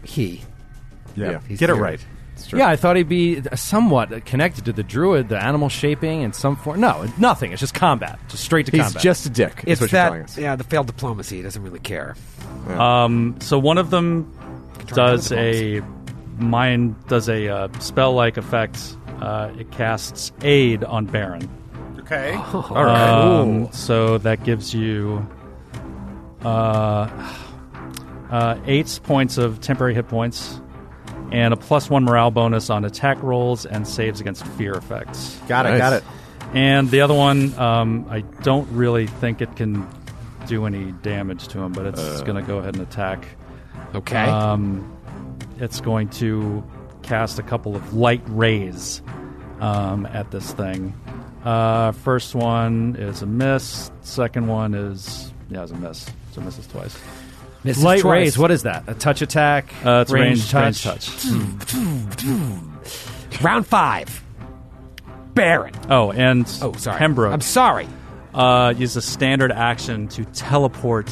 B: he.
C: Yeah.
B: He's
C: Get it
B: here.
C: right. It's true.
E: Yeah, I thought he'd be uh, somewhat connected to the druid, the animal shaping, in some form. No, nothing. It's just combat, just straight to
C: He's
E: combat.
C: just a dick. is
B: It's
C: what you're telling
B: that.
C: us.
B: Yeah, the failed diplomacy. He doesn't really care.
F: Um, so one of them does a mine does a uh, spell like effect. Uh, it casts aid on Baron.
D: Okay.
F: All right. so that gives you uh, uh, eight points of temporary hit points and a plus one morale bonus on attack rolls and saves against fear effects.
D: Got it, Nice. got it.
F: And the other one, um, I don't really think it can do any damage to him, but it's going to go ahead and attack.
B: Uh. Okay.
F: Um, it's going to cast a couple of light rays um, at this thing. Uh, first one is a miss. Second one is yeah, it's a miss. So misses twice.
B: Misses
E: Light
B: twice.
E: raise. What is that? A touch attack?
F: Uh, it's
E: range
F: range-
E: touch.
F: range touch.
B: Round five. Baron.
F: Oh, and
B: Oh, sorry.
F: Pembroke
B: I'm sorry.
F: uh, used a standard action to teleport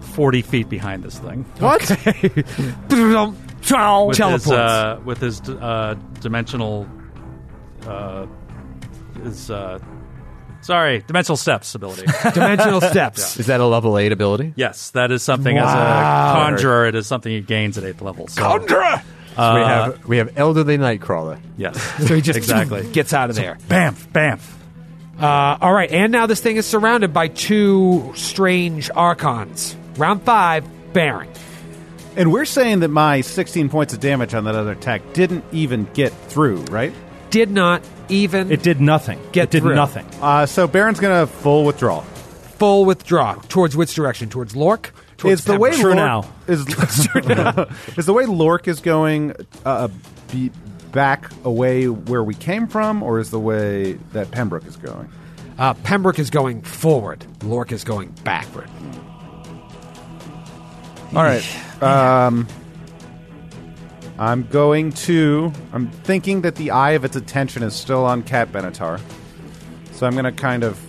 F: forty feet behind this thing.
B: What? Teleport.
F: with His, uh, with his d- uh, dimensional. Uh, his, uh, sorry, dimensional steps ability.
B: Dimensional steps.
C: Is that a level eight ability?
F: yes, that is something as
B: Wow.
F: a conjurer, it is something he gains at eighth level. So,
B: Conjurer.
C: So we have we have elderly nightcrawler.
F: Yes.
B: So he just
F: exactly.
B: gets out of there.
F: Bamf, bamf.
B: Uh, all right, and now this thing is surrounded by two strange archons. Round five, Baron.
D: And we're saying that my 16 points of damage on that other attack didn't even get through, right?
B: Did not even
E: It did nothing.
B: Get
E: it did
B: through.
E: nothing.
D: Uh, so Baron's going to full withdraw.
B: full withdraw. Towards which direction? Towards Lork? Towards
D: Is the way
E: True
D: Lork-
E: now.
D: is True now. is the way Lork is going uh, be back away where we came from, or is the way that Pembroke is going?
B: Uh, Pembroke is going forward. Lork is going backward.
D: All right. Um, I'm going to. I'm thinking that the eye of its attention is still on Cat Benatar, so I'm going to kind of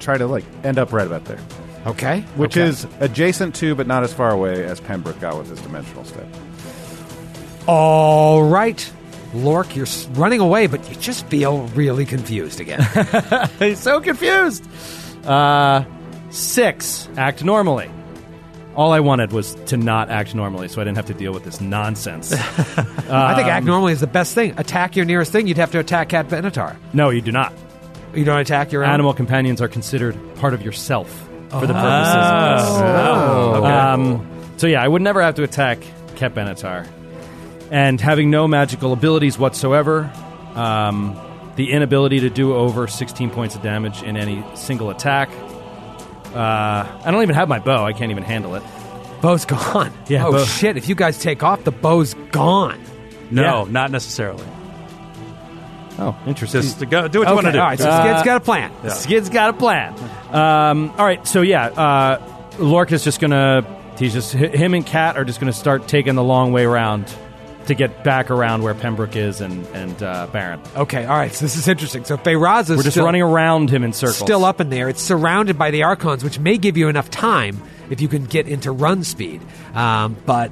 D: try to like end up right about there,
B: Okay?
D: which
B: Okay.
D: is adjacent to but not as far away as Pembroke got with his dimensional step.
B: All right. Lork, you're s- running away, but you just feel really confused again.
E: He's so confused. Uh, six. Act normally. All I wanted was to not act normally, so I didn't have to deal with this nonsense.
B: I think
E: Um,
B: act normally is the best thing. Attack your nearest thing. You'd have to attack Cat Benatar.
E: no, you do not.
B: You don't attack your own?
E: Animal companions are considered part of yourself for the purposes of this. Um, so yeah, I would never have to attack Ket Benatar. And having no magical abilities whatsoever, um, the inability to do over 16 points of damage in any single attack. Uh, I don't even have my bow. I can't even handle it.
B: Bow's gone.
E: Yeah,
B: Oh
E: bow.
B: shit! If you guys take off, the bow's gone.
F: No,
E: Yeah.
F: not necessarily.
E: Oh, interesting.
F: Just to go, do what you want to
B: Okay,
F: do.
B: all right. So
E: Uh,
B: Skid's got a plan.
E: Skid's got a plan. Um, all right, so yeah, uh, Lork is just gonna. He's just hi- him and Cat are just gonna start taking the long way around to get back around where Pembroke is and and uh, Baron.
B: Okay, all right. So this is interesting. So Feyraza's
E: We're just
B: still,
E: running around him in circles.
B: still up in there. It's surrounded by the archons, which may give you enough time if you can get into run speed. Um, but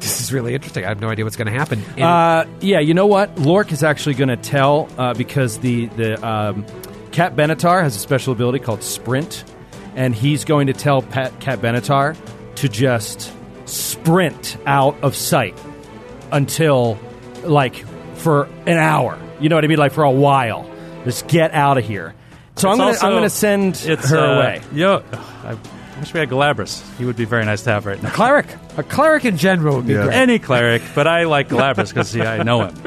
B: this is really interesting. I have no idea what's going to happen. And-
E: Uh, yeah, you know what? Lork is actually going to tell uh, because the the um, Cat Benatar has a special ability called Sprint, and he's going to tell Pat, Cat Benatar to just sprint out of sight until, like, for an hour. You know what I mean? Like for a while, just get out of here. So I'm
F: It's
E: gonna
F: also-
E: I'm gonna send
F: it's,
E: her
F: uh,
E: away.
F: Yo, I wish we had Galabras. He would be very nice to have right now.
B: Cleric. A cleric in general would be great.
F: Any cleric, but I like Galabras because I know him.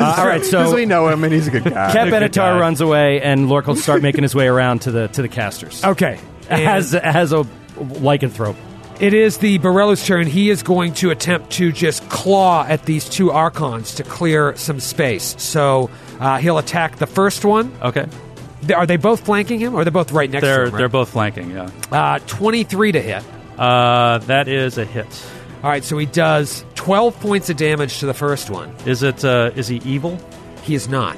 E: Uh, all right, so
C: Because we know him and he's a good guy.
E: Cat
F: Good
E: Benatar
F: guy.
E: runs away, and Lork will start making his way around to the to the casters
B: Okay. And
E: as as a lycanthrope.
B: it is the Barella's turn. He is going to attempt to just claw at these two archons to clear some space. So uh, he'll attack the first one.
F: Okay,
B: Th- Are they both flanking him, or are they both right next to
F: they're
B: him?
F: they're both flanking. Yeah,
B: both uh, twenty-three to hit.
F: uh, that is a hit.
B: All right, so he does twelve points of damage to the first one.
F: Is it? Uh, is he evil?
B: He is not.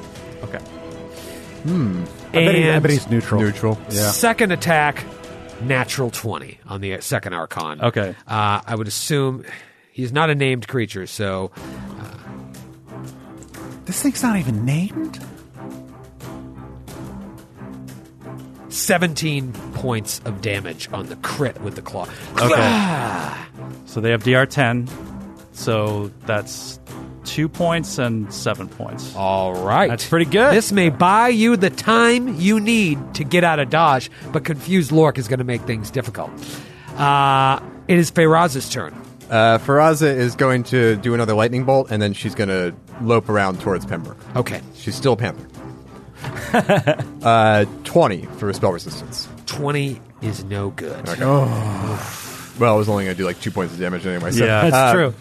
B: Hmm.
F: Okay.
B: And
H: neutral.
C: Neutral.
B: second attack, natural twenty on the second archon.
F: Okay.
B: Uh, I would assume he's not a named creature, so
H: This thing's not even named.
B: 17 points of damage on the crit with the claw.
F: Okay. so they have DR ten. So that's two points and seven points. Um,
B: All right.
E: That's pretty good.
B: This may buy you the time you need to get out of dodge, but confused Lork is going to make things difficult. Uh, it is Feyraz's turn.
C: Uh, Faraza is going to do another lightning bolt, and then she's going to lope around towards Pembroke.
B: Okay.
C: She's still Panther. uh, 20 for spell resistance.
B: 20 is no good.
C: "Oh." Well, I was only going to do like two points of damage anyway. So,
F: Yeah.
E: That's
C: uh,
E: true.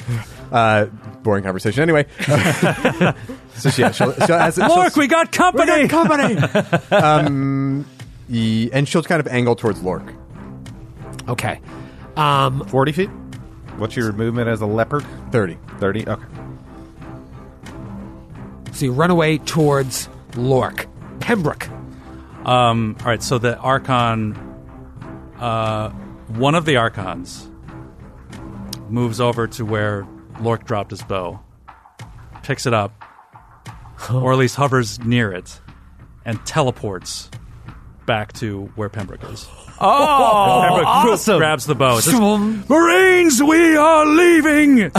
C: Uh, boring conversation anyway. so, yeah, she'll, she'll, as, she'll-
F: Lork, we got company.
C: company. um, ye- and she'll kind of angle towards Lork.
B: Okay. Um,
H: Forty feet. What's your movement as a leopard?
C: 30.
H: Thirty. Okay.
B: so you run away towards Lork. Pembroke.
F: Um, all right, so the Archon, uh, one of the Archons moves over to where Lork dropped his bow, picks it up, or at least hovers near it, and teleports back to where Pembroke is. Oh, Pembroke whoop, grabs the bow. says, Marines, we are leaving!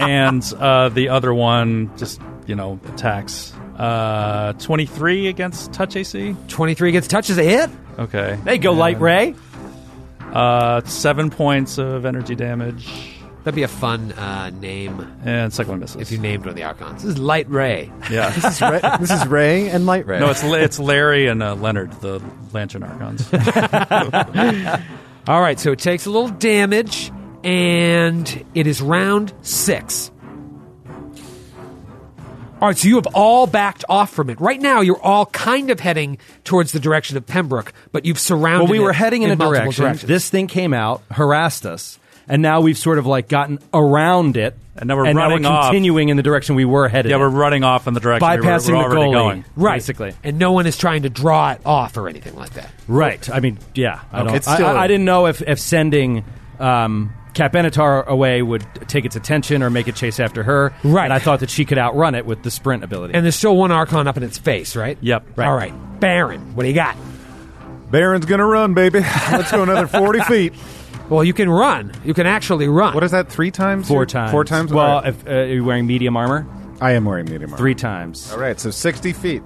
F: and uh, the other one just, you know, attacks. Uh, 23 against touch AC?
B: 23 gets touches Um, a hit.
F: Okay.
E: There you go, Light Ray.
F: Uh, seven points of energy damage.
B: That'd be a fun uh, name
F: And second one misses.
B: if you named one of the Archons. This is Light Ray.
F: yeah.
C: This is Ray, this is Ray and Light Ray.
F: no, it's La- it's Larry and uh, Leonard, the Lantern Archons.
B: All right, so it takes a little damage, and it is round six. All right, so you have all backed off from it. Right now, you're all kind of heading towards the direction of Pembroke, but you've surrounded.
E: Well, we were
B: it
E: heading in, a
B: multiple
E: direction.
B: directions.
E: This thing came out, harassed us, and now we've sort of like gotten around it,
F: And now we're running off.
E: continuing in the direction we were headed.
F: yeah,
E: in.
F: we're running off in the direction we were-
E: bypassing
F: we were,
E: the
F: already
E: goalie.
F: going.
B: right,
E: basically.
B: and no one is trying to draw it off or anything like that.
E: Right. I mean, yeah. I don't.
C: It's
E: I,
C: still-
E: I, I didn't know if if sending. Um, Cat Benatar away would take its attention or make it chase after her.
B: Right.
E: And I thought that she could outrun it with the sprint ability.
B: And there's still one Archon up in its face, right?
F: Yep.
B: Right. All right, Baron, what do you got?
H: Baron's gonna run, baby. Let's go another forty feet.
B: Well, you can run. You can actually run.
H: What is that? Three times?
E: four times.
H: Four times.
E: Well,
H: All right.
E: if, uh, are you wearing medium armor?
H: I am wearing medium armor.
E: Three times.
H: All right, so sixty feet.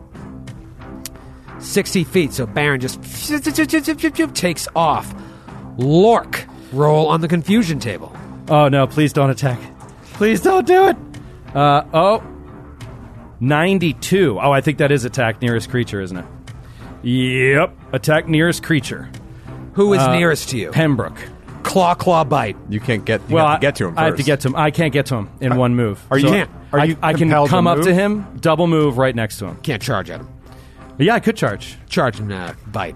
B: Sixty feet. So Baron just takes off. Lork, roll on the confusion table.
E: Oh no! Please don't attack. Please don't do it. Uh, oh. 92. Oh, I think that is attack nearest creature, isn't it? Yep. Attack nearest creature.
B: Who is nearest to you?
E: Pembroke.
B: claw, claw, bite.
C: you can't get, you
E: well, I-
C: have to get to him first.
E: I have to get to him. I can't get to him in one move.
H: Are you-
E: I-
H: are you
E: I, can
H: compelled to
E: come up
H: move?
E: to him, double move right next to him.
B: Can't charge at him.
E: Yeah, I could charge.
B: Charge him, uh, bite.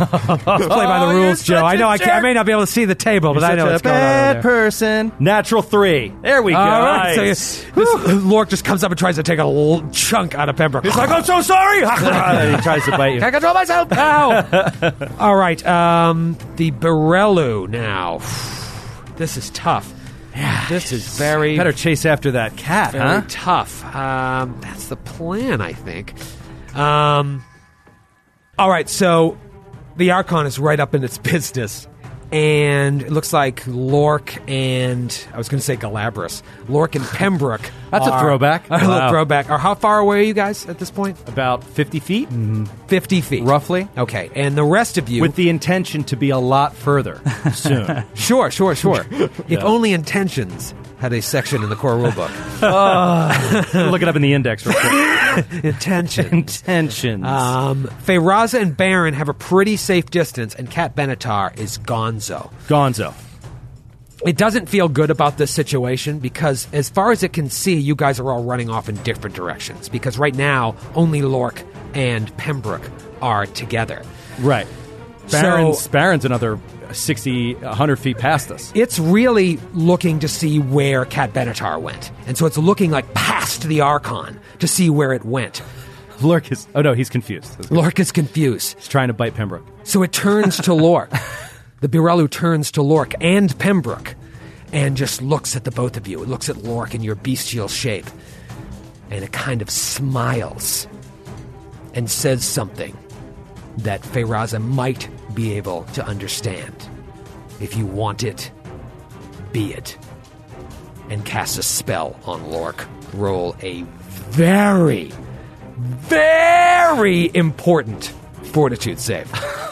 B: Let's play by the
E: you're
B: rules, Joe.
E: such
B: I know
E: a
B: I, can't, I may not be able to see the table, but I know what's going on. over there.
E: person. Natural three. There we go.
B: All right, so
E: Nice.
B: yes, this Lork just comes up and tries to take a little chunk out of Pembroke. He's like, "I'm so sorry."
E: And he tries to bite you.
B: Can't control myself. Ow. All right. Um, the Borello now. This is tough. this is very
E: Better chase after that cat,
B: very
E: huh?
B: tough. Um, that's the plan, I think. Um, all right, so the Archon is right up in its business. and it looks like Lork and I was going to say Galabras. Lork and Pembroke.
E: That's a
B: are-
E: throwback.
B: A little
E: Wow.
B: throwback. Or how far away are you guys at this point?
E: About fifty feet.
B: Fifty feet,
E: Roughly.
B: Okay, and the rest of you
E: with the intention to be a lot further soon.
B: Sure, sure, sure. If
E: Yeah.
B: only intentions had a section in the core rulebook.
E: Look it up in the index real quick.
B: intentions.
E: Intentions.
B: Um, Feyraza and Baron have a pretty safe distance, and Cat Benatar is Gonzo.
E: Gonzo.
B: It doesn't feel good about this situation because, as far as it can see, you guys are all running off in different directions. Because right now, only Lork and Pembroke are together.
E: Right.
B: So-
E: Baron's, Baron's another 60, 100 feet past us.
B: It's really looking to see where Cat Benatar went. And so it's looking like past the Archon to see where it went.
E: Lurk is. Oh, no, he's confused. He's
B: Lork is confused.
E: trying to bite Pembroke.
B: So it turns to Lork. the Birelu turns to Lork and Pembroke and just looks at the both of you. It looks at Lork in your bestial shape and it kind of smiles and says something that Feyraza might be able to understand. If you want it, be it. And casts a spell on Lork. Roll a very, very important fortitude save.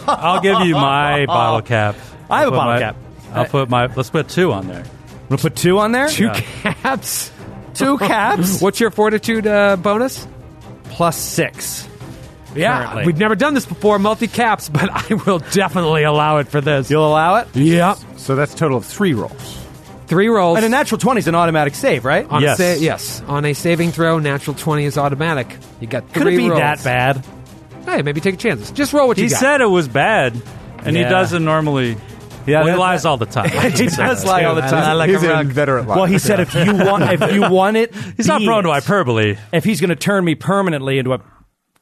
F: I'll give you my bottle cap.
E: I have a
F: I'll put
E: bottle
F: my-
E: cap.
F: I'll put my. Let's put two on there.
E: I'm going to put two on there?
B: Two caps.
E: Two caps?
B: What's your fortitude uh, bonus?
E: Plus six. Currently.
B: we've never done this before, multi caps, but I will definitely allow it for this.
E: You'll allow it?
B: Yep.
D: So that's a total of three rolls.
B: Three rolls.
E: And a natural 20 is an automatic save, right?
B: on
F: Yes.
B: A sa- yes. On a saving throw, natural 20 is automatic. You got three
E: Could it be
B: rolls.
E: that bad?
B: Hey, maybe take a chance. Just roll what
F: He
B: you got.
F: said it was bad, and he
E: Yeah.
F: doesn't normally.
E: Yeah,
F: well, he
E: that-
F: lies all the time.
E: he does lie all the time.
C: He's an inveterate liar.
E: Well, he said if you want, if you want it,
F: He's not
E: be
F: prone to
E: it.
F: hyperbole.
E: If he's going to turn me permanently into a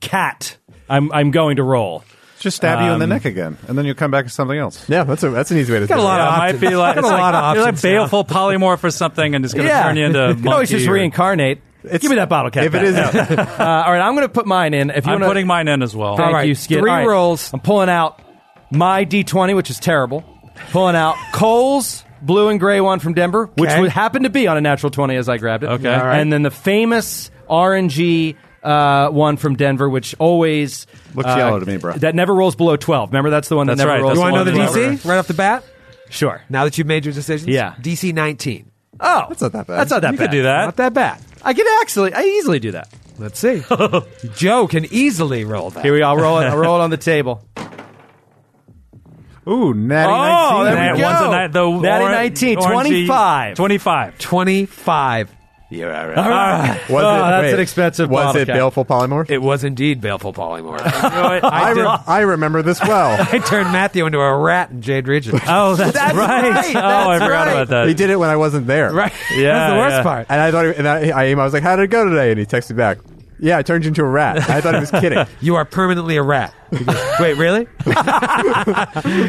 E: cat, I'm I'm going to roll.
D: Just stab you in the neck again, and then you'll come back with something else.
C: Yeah, that's a that's an easy way to
B: Got a
C: do
B: lot
C: it.
F: Yeah,
B: of
F: it
B: options.
F: might be like,
B: Got a
F: it's like-
B: lot of
F: you're
B: options
F: like baleful polymorph or something, and it's going to turn you into.
E: you
F: a
E: can always
F: monkey
E: just
F: or-
E: reincarnate. Give me that bottle cap.
C: if it
E: back.
C: is-
E: uh, all right, I'm going to put mine in. If you
F: I'm
E: wanna,
F: putting mine in as well.
E: Thank
B: All right,
E: you, Skid.
B: three
E: All right,
B: rolls.
E: I'm pulling out my D20, which is terrible. Pulling out Cole's blue and gray one from Denver, which
B: Okay.
E: would happened to be on a natural 20 as I grabbed it.
F: Okay. All right.
E: And then the famous RNG uh, one from Denver, which always
D: Looks
E: uh,
D: yellow to me, bro.
E: That never rolls below 12. Remember, that's the one
F: That's
E: that never
F: right,
E: rolls.
F: that's
B: You want to know
F: One
B: the
F: of the
B: DC right off the bat?
E: Sure.
B: Now that you've made your decisions?
E: Yeah.
B: DC 19.
E: Oh, that's
C: not that bad.
E: That's not that
F: You
E: bad.
F: could do that.
B: Not that bad.
E: I could actually, I easily do that.
B: Let's see. Joe can easily roll that.
E: Here we go. I'll roll it. I'll roll it on the table.
D: Ooh, natty
E: Oh,
D: 19.
E: there
F: That
E: we go.
F: one's a night, though.
E: Natty 19, 25.
F: 25.
C: Was
B: 25.
E: Oh,
C: it,
E: that's
C: wait,
E: an expensive
C: Was
E: bottle
C: it
E: cap.
C: baleful polymorph?
B: It was indeed baleful polymorph.
F: You know what? I
C: I,
F: did-
C: re- I remember this well.
B: I turned Matthew into a rat in Jade Region.
F: Oh, that's, right. Oh, I forgot about that.
C: he did it when I wasn't there.
B: Right.
F: Yeah,
B: That's the worst
F: yeah.
B: part.
C: And I thought, and I, I, I was like, "How did it go today?" And he texted me back, "Yeah, I turned you into a rat." I thought he was kidding.
B: You are permanently a rat. He goes, Wait, really?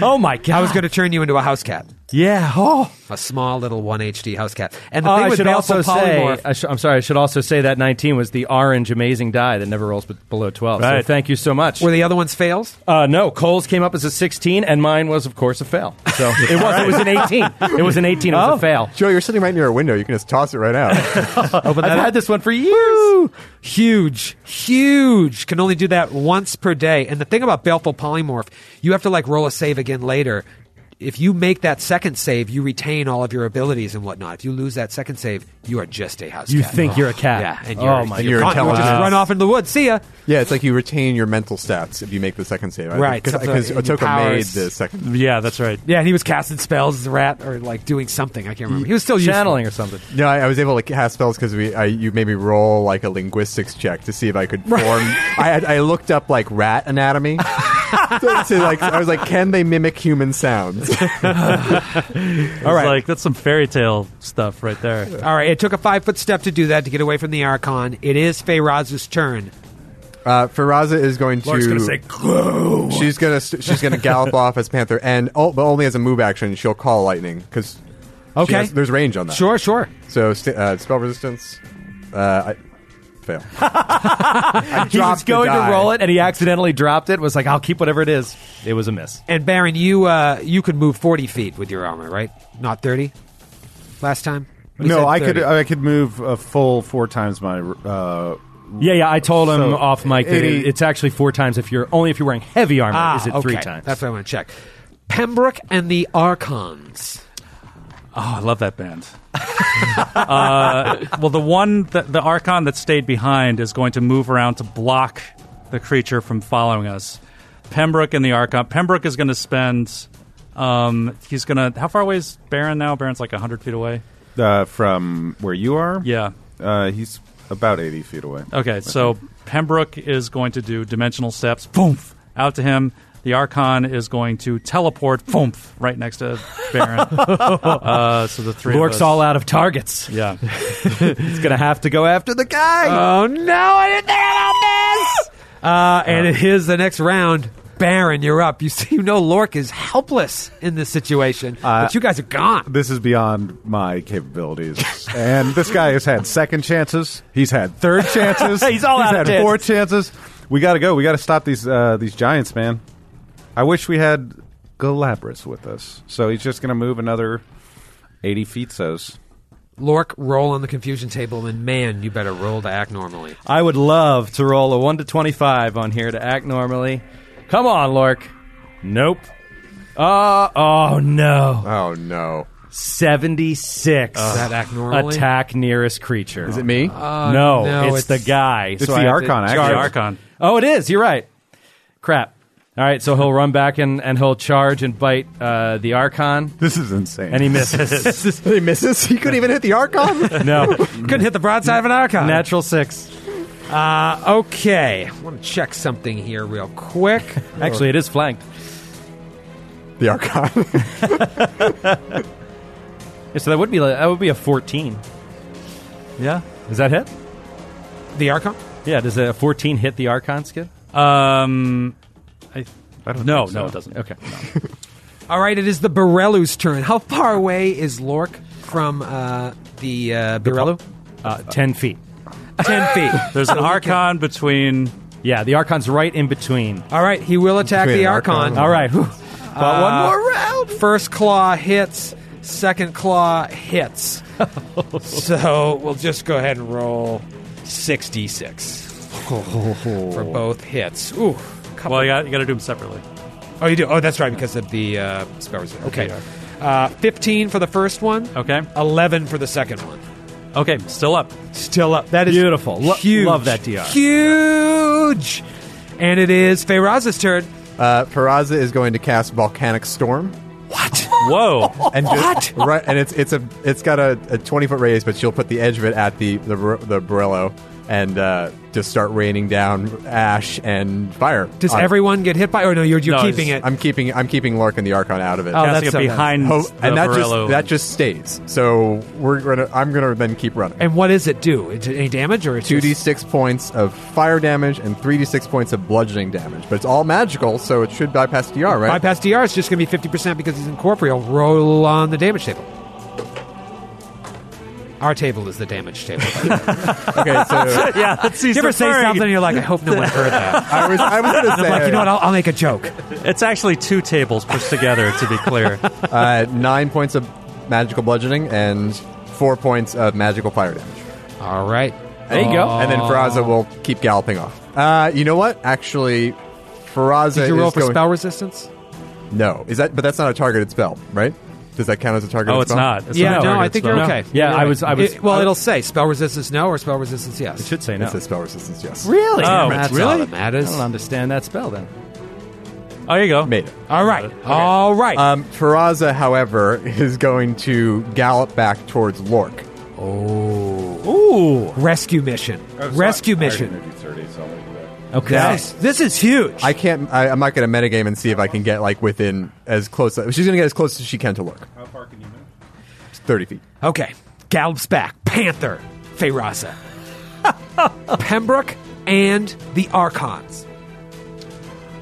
E: Oh my god!
B: I was going to turn you into a house cat.
E: Yeah. Oh.
B: A small little 1 HD house cat. And the
E: Oh,
B: thing
E: I
B: with
E: should
B: baleful
E: also say. uh,
B: polymorph.
E: I sh- I'm sorry. I should also say that 19 was the orange amazing die that never rolls be- below 12.
F: Right.
E: So thank you so much.
B: were the other ones fails?
E: Uh, no, Cole's came up as a 16, and mine was, of course, a fail. So it was. It was an 18. It was an 18. It was a fail.
C: Joe, you're sitting right near a window. You can just toss it right out.
E: I've had this one for years.
B: Huge, huge. Can only do that once per day. And the thing about baleful polymorph, you have to like roll a save again later. If you make that second save, you retain all of your abilities and whatnot. If you lose that second save, you are just a house
E: You
B: cat.
E: think you're a cat.
B: Yeah, and
E: Oh
B: you're,
E: my
B: you're,
C: God.
B: gone. You just
C: Wow.
B: run off into the woods. See ya.
C: yeah, it's like you retain your mental stats if you make the second save. I
B: Right, something
C: Because
B: like- your
C: Otoka made
B: powers.
C: the second.
F: Yeah, that's right.
B: Yeah, and he was casting spells as a rat or like doing something. I can't remember. He was still useful.
E: Channeling or something.
C: No, I, I was able to cast spells because we I, you made me roll like a linguistics check to see if I could form. I, had, I looked up like rat anatomy. to, to, like I was like, can they mimic human sounds?
F: All right. Like, that's some fairy tale stuff right there.
B: All right, it took a five foot step to do that to get away from the Archon. It is Feyrazu's turn.
C: Uh, Faraza is going to.
B: Lork's gonna say,
C: "Glow." She's gonna st- she's gonna gallop off as Panther, and oh, but only as a move action. She'll call lightning because
B: Okay.
C: there's range on that.
B: Sure, sure.
C: So st- uh, spell resistance. Uh, I, Fail.
E: he was
B: dropped the
E: going to
B: die.
E: roll it, and he accidentally dropped it. Was like, I'll keep whatever it is. It was a miss.
B: And Baron, you uh, you could move forty feet with your armor, right? Not thirty. Last time. We said
H: No, I could
D: uh,
B: 30.
H: I could move a full four times my. Uh,
E: Yeah, yeah. I told him
D: Mm,
H: So,
E: off mic that
H: any-
E: it, it's actually four times if you're only if you're wearing heavy armor.
B: Ah,
E: is it
B: okay.
E: three times?
B: That's what I want to check. Pembroke and the Archons.
F: Oh, I love that band. uh, well, the one, that, the Archon that stayed behind is going to move around to block the creature from following us. Pembroke and the Archon. Pembroke is going to spend. Um, he's going to. How far away is Baron now? Baron's like 100 feet away.
H: uh, from where you are.
F: Yeah.
H: uh, he's about eighty feet away.
F: Okay, so Pembroke is going to do dimensional steps, boom, out to him. The Archon is going to teleport, boom, right next to Baron. uh, so the three of us-
E: Lork's all out of targets.
F: Yeah.
E: He's gonna have to go after the guy.
B: Oh no! I didn't think about this. Uh, and it is the next round. Baron, you're up. You see, you know Lork is helpless in this situation, but you guys are gone.
H: This is beyond my capabilities. and this guy has had second chances. He's had third chances.
E: He's all out
H: had
E: of
H: four chances. We got to go. We got to stop these uh, these giants, man. I wish we had Galabras with us. So he's just going to move another 80 feet says.
B: Lork, roll on the confusion table, and man, you better roll to act normally.
E: I would love to roll a one to twenty-five on here to act normally. Come on, Lork. Nope. Uh, oh no.
C: Oh no!
E: Seventy-six.
B: Does that act normally? Uh,
E: Attack nearest creature.
C: Is it me?
E: no,
B: no,
E: it's, the
B: it's-
E: guy.
H: It's the
E: I have
H: Archon,
E: to
H: actually.
F: The
E: charge.
F: Archon.
E: Oh, it is. You're right. Crap. All right, so he'll run back and, and he'll charge and bite uh, the Archon,
H: This is insane.
E: and he misses.
C: he misses. He couldn't even hit the Archon.
E: no,
B: Couldn't hit the broadside of an Archon.
E: natural six.
B: Okay, I want to check something here real quick.
E: Actually, it is flanked.
C: the Archon.
E: Yeah, so that would be like, that would be a fourteen.
F: Yeah.
E: Is that hit?
B: the Archon?
E: Yeah. Does a fourteen hit the Archon skid?
F: Um, I,
H: I don't
F: no,
H: think so.
F: no, it doesn't.
E: Okay.
B: All right, it is the Borellu's turn. How far away is Lork from uh, the uh, Borellu?
E: Uh, ten feet.
B: Ten feet.
F: There's an Archon between.
E: Yeah, the Archon's right in between.
B: All right, he will attack
C: Between
B: the
C: an
B: Archon.
C: Archon.
E: All right. whew. But one more.
B: round. First claw hits. Second claw hits. so we'll just go ahead and roll sixty-six for both hits. Ooh, couple.
F: Well, you got, you got to do them separately.
B: oh, you do. Oh, that's right, because of the uh, spell reserve. Okay, uh, fifteen for the first one.
F: Okay.
B: Eleven for the second one.
F: Okay, still up.
B: Still up. That is
E: Beautiful. Lo-
B: huge.
E: love that DR.
B: Huge. And it is Feyraz's turn.
C: Uh, Peraza is going to cast Volcanic Storm.
B: What? Oh,
F: Whoa.
C: And just, what? Right, and it's it's a it's got a, a twenty foot radius, but she'll put the edge of it at the the br- the Brillo and uh, just start raining down ash and fire.
B: Does
C: on it.
B: everyone get hit by? Or no, you're, you're
F: No, it's-
B: keeping it.
C: I'm keeping I'm keeping Larkin the Archon out of it.
B: Oh,
F: Casting
B: that's
F: it
B: so bad.
F: behind
C: Ho-
F: the
C: and that
F: Borello.
C: just that just stays. So we're gonna I'm gonna then keep running.
B: And what does it do? Is it any damage or it's
C: Two d
B: just-
C: six points of fire damage and three d six points of bludgeoning damage, but it's all magical, so it should bypass DR, right?
B: bypass DR is just going to be fifty percent because he's incorporeal. Roll on the damage table. Our table is the damage table.
C: okay, so
F: yeah, that's
B: you ever say something and you're like, I hope no one heard that.
C: I was I was gonna say
B: like, you know what? I'll, I'll make a joke.
F: It's actually two tables pushed together, to be clear.
C: uh, nine points of magical bludgeoning and four points of magical fire damage.
B: All right.
C: There you go. And then Faraza will keep galloping off. Uh, you know what? Actually, Faraza
B: Did you roll
C: is
B: for
C: going-
B: spell resistance?
C: No, is that? But that's not a targeted spell, right? Does that count as a targeted?
F: Oh, it's
C: spell?
F: not. It's
B: yeah,
F: not a
B: no,
F: target
B: I think
F: spell.
B: you're okay.
E: Yeah,
B: You're
E: I
B: right.
E: was- I was-
B: It- well,
E: I-
B: it'll say spell resistance no or spell resistance yes.
E: Should say no.
C: It's a spell resistance. Yes.
B: Really?
F: Oh,
B: that's
F: really?
B: all that matters.
E: I don't understand that spell then.
F: Oh, you go.
C: Made it.
B: All right. All right.
C: Um, Faraza, however, is going to gallop back towards Lork.
E: Ooh.
B: Rescue mission.
E: Oh,
B: Rescue mission.
H: uh,
E: Okay.
B: This, this is huge.
C: I can't. I, I'm not going to metagame and see if I can get like within as close. She's going to get as close as she can to Lork. How far can you move? Thirty feet.
B: Okay. Gallops back. Panther. Feyraza. Pembroke and the Archons.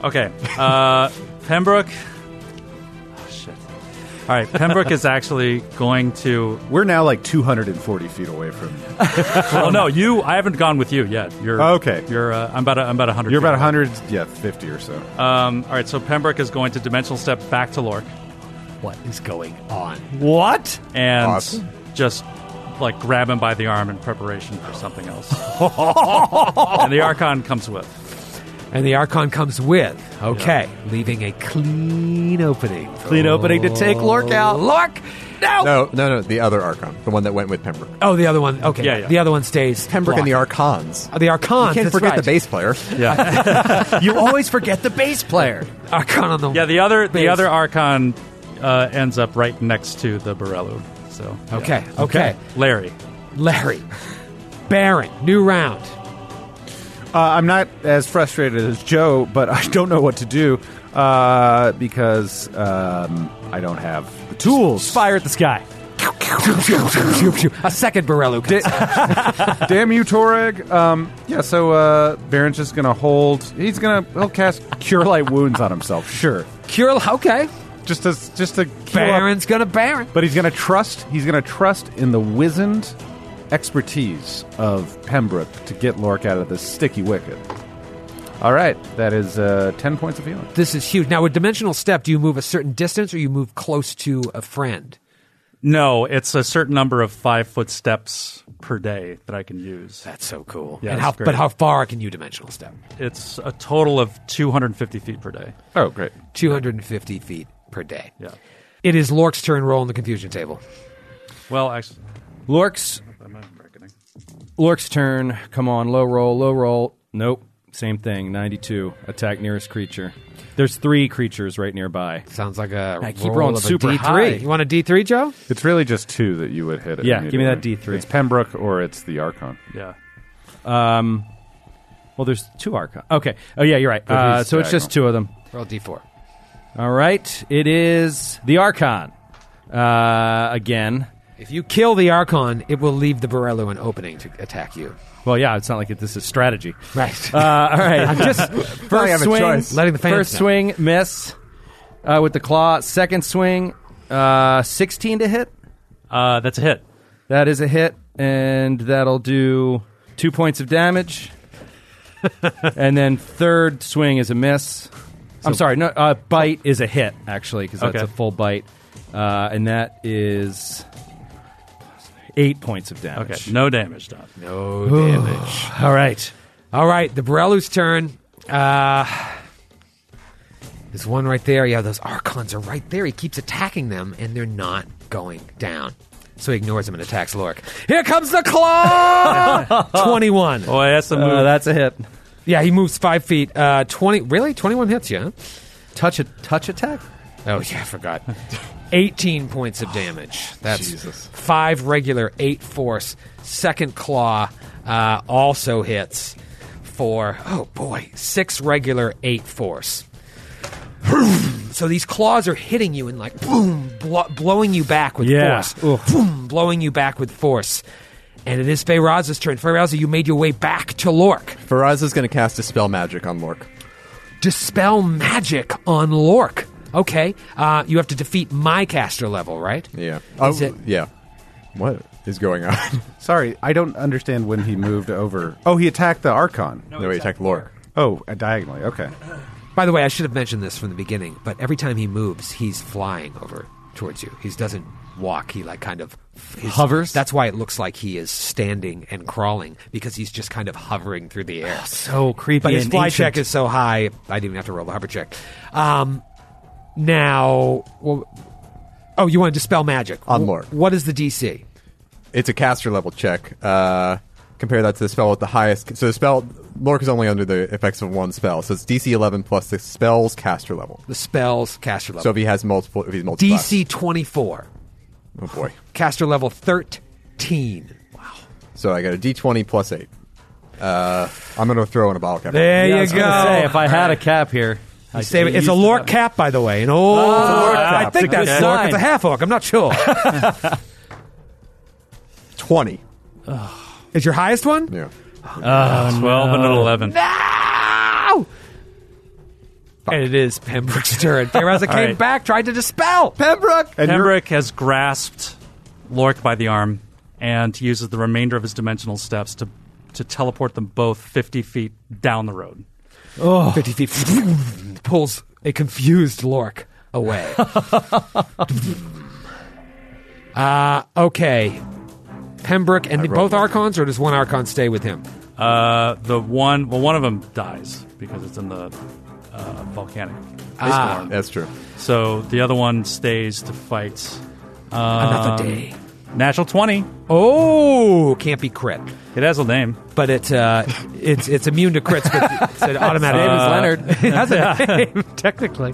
F: Okay. Uh, Pembroke. Oh, shit. All right, Pembroke is actually going to.
D: We're now like 240 feet away from.
F: oh no, you! I haven't gone with you yet. You're
D: Okay.
F: You're. Uh, I'm about. A, I'm about hundred.
D: You're about 100, yeah, 50 or so.
F: Um, all right, so Pembroke is going to dimensional step back to Lork.
B: What is going on?
F: What? And
D: Awesome.
F: just like grab him by the arm in preparation for something else. and the Archon comes with.
B: And the Archon comes with. Okay. Leaving a clean opening.
E: Clean opening to take Lork out.
B: Lork! No!
C: No, no, no. The other Archon, the one that went with Pembroke.
B: Oh, the other one. Okay.
F: Yeah, yeah.
B: The other one stays.
C: Pembroke and the
B: blocked.
C: Archons.
B: Oh, the Archon.
C: you can't
B: that's
C: forget
B: right.
C: the bass player.
F: Yeah,
E: You always forget the bass player.
B: Archon on the.
F: yeah. The other. The
B: Base.
F: other Archon uh, ends up right next to the Borello. So yeah.
B: Okay, okay.
F: Larry.
B: Larry. Baron. New round.
D: Uh, I'm not as frustrated as Joe, but I don't know what to do uh, because um, I don't have the tools.
E: Fire at the sky.
B: a second Borello. comes out.
D: Damn you, Torag. Um, yeah, so uh, Baron's just gonna hold. He's gonna he'll cast Cure Light Wounds on himself. Sure,
B: Cure. Okay.
D: just to just to heal up.
B: Baron's going to Baron.
D: But he's gonna trust. He's gonna trust in the wizened expertise of Pembroke to get Lork out of this sticky wicket. All right, that is uh, ten points of healing.
B: This is huge. Now, with dimensional step, do you move a certain distance or you move close to a friend?
F: No, it's a certain number of five foot steps per day that I can use.
B: That's so cool.
F: Yeah,
B: and
F: that's
B: how,
F: great.
B: but how far can you dimensional step?
F: It's a total of 250 feet per day.
D: Oh, great.
B: 250 feet per day.
F: Yeah.
B: It is Lork's turn. Roll on the confusion table.
F: Well, actually,
E: Lork's
F: I'm not reckoning.
E: Lork's turn. Come on, low roll, low roll. Nope. Same thing. 92. Attack nearest creature. There's three creatures right nearby.
B: Sounds like a
E: I keep
B: roll
E: rolling
B: of a
E: super
B: D3.
E: high.
B: You want a D3, Joe?
D: It's really just two that you would hit.
E: Yeah, give me that
D: immediately.
E: D3.
D: It's Pembroke or it's the Archon.
F: Yeah.
E: Um, well, there's two Archon. Okay. Oh, yeah, you're right. Uh,
D: he's
E: so it's just two of them.
B: Roll D4.
E: All right. It is the Archon. Uh, again.
B: If you kill the Archon, it will leave the Borello an opening to attack you.
E: Well, yeah, it's not like it, this is strategy.
B: Right.
E: Uh, all right. I'm just
C: I
E: first
C: have a
E: swing,
C: choice.
B: Letting the fans
E: first
B: know.
E: swing miss uh, with the claw. Second swing, uh, 16 to hit.
F: Uh, that's a hit.
E: That is a hit, and that'll do two points of damage. and then third swing is a miss. I'm sorry, no, uh, bite is a hit actually because that's
F: Okay.
E: a full bite, uh, and that is eight points of damage.
F: Okay. No damage done.
B: no damage.
E: All right,
B: All right, the Borello's turn. Uh, there's one right there. Yeah, those Archons are right there. He keeps attacking them, and they're not going down. So he ignores him and attacks Lork. Here comes the claw! 21.
F: Boy, that's a move.
E: Uh, that's a hit.
B: Yeah, he moves five feet. Uh, 20. Really? 21 hits you, huh?
E: Touch a touch attack.
B: Oh yeah, I forgot. Eighteen points of damage. That's five regular, eight force. Second claw uh, also hits for oh boy, six regular, eight force. So these claws are hitting you and like boom, blo- blowing you back with
E: Yeah.
B: force. Boom, blowing you back with force. And it is Feyraza's turn. Feyraza, you made your way back to Lork.
C: Faraz is going to cast Dispel Magic on Lork.
B: Dispel magic on Lork. Okay, uh, you have to defeat my caster level, right?
C: Yeah.
B: Is it-
C: Oh, yeah. What is going on?
D: Sorry, I don't understand when he moved over. Oh, he attacked the Archon.
C: No, he attacked Lork.
D: Oh, uh, diagonally. Okay.
B: By the way, I should have mentioned this from the beginning, but every time he moves, he's flying over towards you. He doesn't walk. He like kind of his,
E: Hovers?
B: That's why it looks like he is standing and crawling because he's just kind of hovering through the air.
E: So creepy.
B: But his
E: and
B: fly
E: ancient.
B: check is so high, I didn't even have to roll the hover check. Um, now, well, oh, you want to dispel magic
C: On
B: Wh-
C: Lork.
B: What is the DC?
C: It's a caster level check. Uh, compare that to the spell with the highest. So the spell Lork is only under the effects of one spell. So it's DC 11 plus the spell's caster level.
B: The spells caster
C: So
B: level.
C: if he has multiple, if he's multiple
B: DC twenty four,
C: Oh boy.
B: caster level thirteen.
C: So I got a D20 plus eight. Uh, I'm going to throw in a bottle cap.
B: There
E: Yeah, I
B: you
E: was
B: go.
E: gonna say, if I had a cap here, I
B: Save it.
E: could've
B: It's a
E: used
B: Lork
E: that.
B: cap, by the way. An old Lork
E: that's
B: cap. I
E: a
B: think
E: good
B: that's Lork.
E: sign.
B: It's a half orc. I'm not sure.
C: 20.
B: Is your highest one?
C: Yeah.
F: 12 and an 11.
B: Ow! And it is Pembroke's turn. Feyreza
F: All
B: came
F: right.
B: back, tried to dispel.
H: Pembroke!
F: Pembroke has grasped Lork by the arm and uses the remainder of his dimensional steps to to teleport them both 50 feet down the road.
B: Oh. 50 feet pulls a confused Lork away. uh, okay. Pembroke and both Archons, or does one Archon stay with him?
F: Uh, the one, well, one of them dies because it's in the uh, volcanic
B: Ah.
F: storm.
C: That's true.
F: So the other one stays to fight. Um,
B: Another day.
F: Natural 20.
B: Oh, can't be crit.
F: It has a name.
B: But it, uh, it's, it's immune to crits, but it's an automatic.
F: His name is Uh,
B: Leonard. it has a name, technically.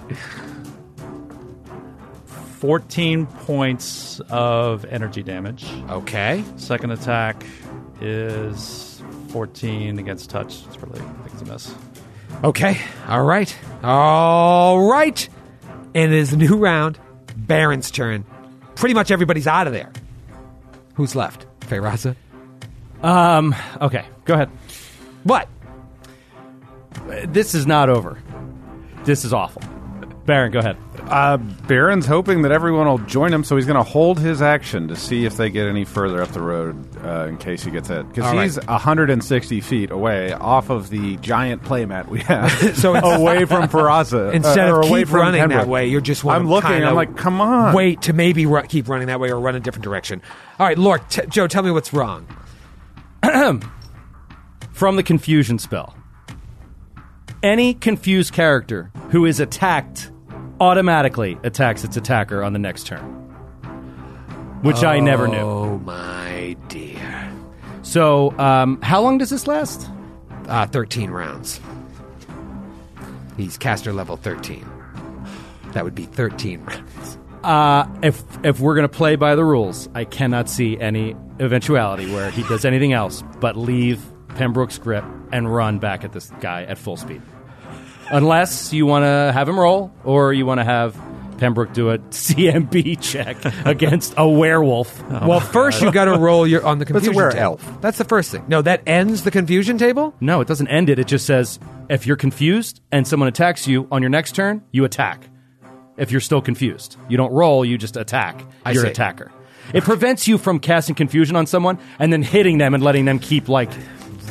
F: 14 points of energy damage.
B: Okay.
F: Second attack is 14 against touch. It's really, I think it's a miss.
B: Okay. All right. All right. And it is a new round. Baron's turn. Pretty much everybody's out of there. Who's left? Feyraza?
E: Um. Okay. Go ahead.
B: What?
E: This is not over. This is awful. Baron, go ahead.
D: Uh, Baron's hoping that everyone will join him, so he's going to hold his action to see if they get any further up the road uh, in case he gets hit. Because
B: All right.
D: he's 160 feet away off of the giant playmat we have.
B: So it's-
D: away from Peraza.
B: Instead
D: uh, or
B: of
D: away
B: keep
D: from
B: running
D: Pembroke.
B: that way, you're just want
D: I'm
B: to
D: looking,
B: kinda
D: I'm like, come on.
B: Wait to maybe ru- keep running that way or run a different direction. All right, Lork, t- Joe, tell me what's wrong.
E: From the confusion spell. Any confused character who is attacked automatically attacks its attacker on the next turn, which I never knew.
B: Oh, my dear.
E: So, um, how long does this last?
B: Uh, 13 rounds. He's caster level 13. That would be 13 rounds.
E: Uh, if if we're gonna play by the rules, I cannot see any eventuality where he does anything else but leave Pembroke's grip and run back at this guy at full speed. Unless you want to have him roll, or you want to have Pembroke do a CMB check against a werewolf.
B: well, first you got to roll your on the confusion
C: were
B: table.
C: elf.
B: That's the first thing. No, that ends the confusion table.
E: No, it doesn't end it. It just says if you're confused and someone attacks you on your next turn, you attack. If you're still confused, you don't roll, you just attack
B: I
E: your
B: see.
E: attacker. It prevents you from casting confusion on someone and then hitting them and letting them keep like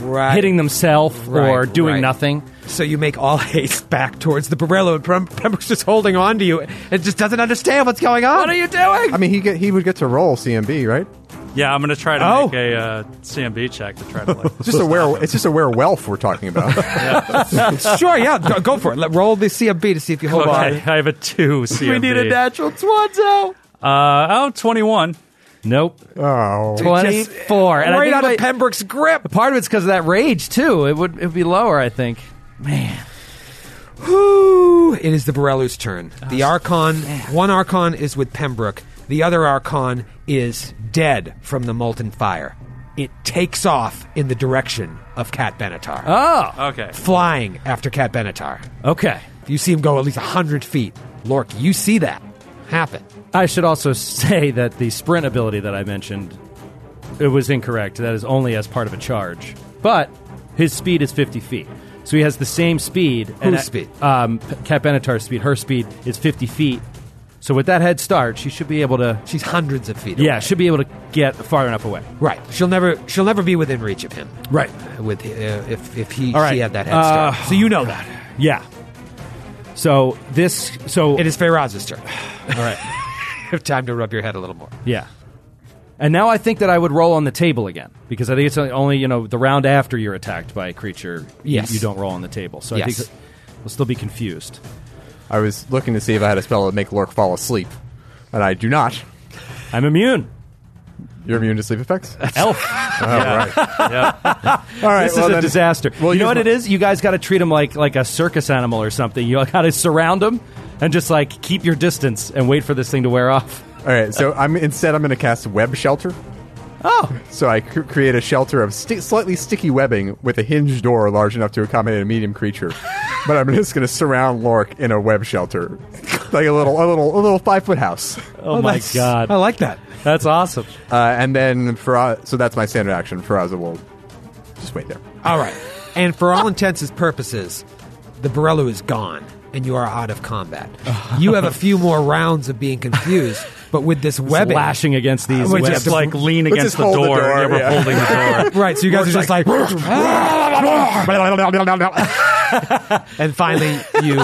B: Right.
E: hitting themselves or
B: Right,
E: doing
B: right.
E: nothing.
B: So you make all haste back towards the Borello, and Pem- Pembroke's just holding on to you. It just doesn't understand what's going on. What are you doing?
C: I mean, he get, he would get to roll CMB, right?
F: Yeah, I'm going to try to
B: Oh.
F: make a uh, CMB check to try to like.
C: It's just a were. It's just a werewolf we're talking about.
B: sure, yeah, go, go for it. Let, roll the CMB to see if you hold
F: Okay,
B: on.
F: I have a two CMB.
B: natural twenty.
F: Uh, oh, 21.
E: Nope.
C: oh,
E: Twenty four. And I
B: Right
E: think
B: out
E: my-
B: of Pembroke's grip.
E: part of it's because of that rage too. It would it'd be lower, I think. Man.
B: Whew. It is the Borello's turn.
E: Oh,
B: The Archon, one Archon is with Pembroke. The other Archon is dead from the molten fire. It takes off in the direction of Cat Benatar,
E: Oh.
F: Okay.
B: flying after Cat Benatar.
E: Okay.
B: You see him go at least 100 feet. Lork, you see that happen.
E: I should also say that the sprint ability that I mentioned, it was incorrect. That is only as part of a charge. But his speed is 50 feet. So he has the same speed. and
B: Whose
E: I-
B: speed?
E: Um, P- Kat Benatar's speed. Her speed is 50 feet. So with that head start, she should be able to...
B: She's hundreds of feet away.
E: Yeah, should be able to get far enough away.
B: Right. She'll never she'll never be within reach of him.
E: Right.
B: With uh, if if he
E: All right.
B: she had that head start.
E: Uh,
B: so you know that.
E: Yeah. So this... So...
B: It is Feyraz's turn.
E: All right.
B: You have time to rub your head a little more.
E: Yeah. And now I think that I would roll on the table again because I think it's only you know the round after you're attacked by a creature. you-
B: Yes.
E: you, don't roll on the table, so I
B: Yes.
E: think that we'll still be confused.
C: I was looking to see if I had a spell to make Lork fall asleep, and I do not.
E: I'm immune.
C: You're immune to sleep effects.
E: Elf.
C: All right,
E: this
C: well,
E: is a
C: then-
E: disaster.
C: well,
E: you know
C: use
E: what
C: my-
E: it is? You guys got to treat him like like a circus animal or something. You got to surround him and just like keep your distance and wait for this thing to wear off.
C: All right, so I'm instead I'm going to cast web shelter. Oh, so I cr- create a shelter of sti- slightly sticky webbing with a hinged door large enough to accommodate a medium creature. but I'm just going to surround Lork in a web shelter, like a little, a little, a little five foot house.
E: Oh, my
B: that's-
E: god,
B: I like that.
E: that's awesome.
C: Uh, and then Farah, so that's my standard action. Faraza will just wait there.
B: All right. And for all intents and purposes, the Borello is gone. and you are out of combat. you have a few more rounds of being confused, but with this webbing,
E: lashing against these
B: Which
E: webs.
B: is like
F: lean
B: Let's against just the hold the door, door, never yeah. holding the door. Right, so you guys are just like, and finally you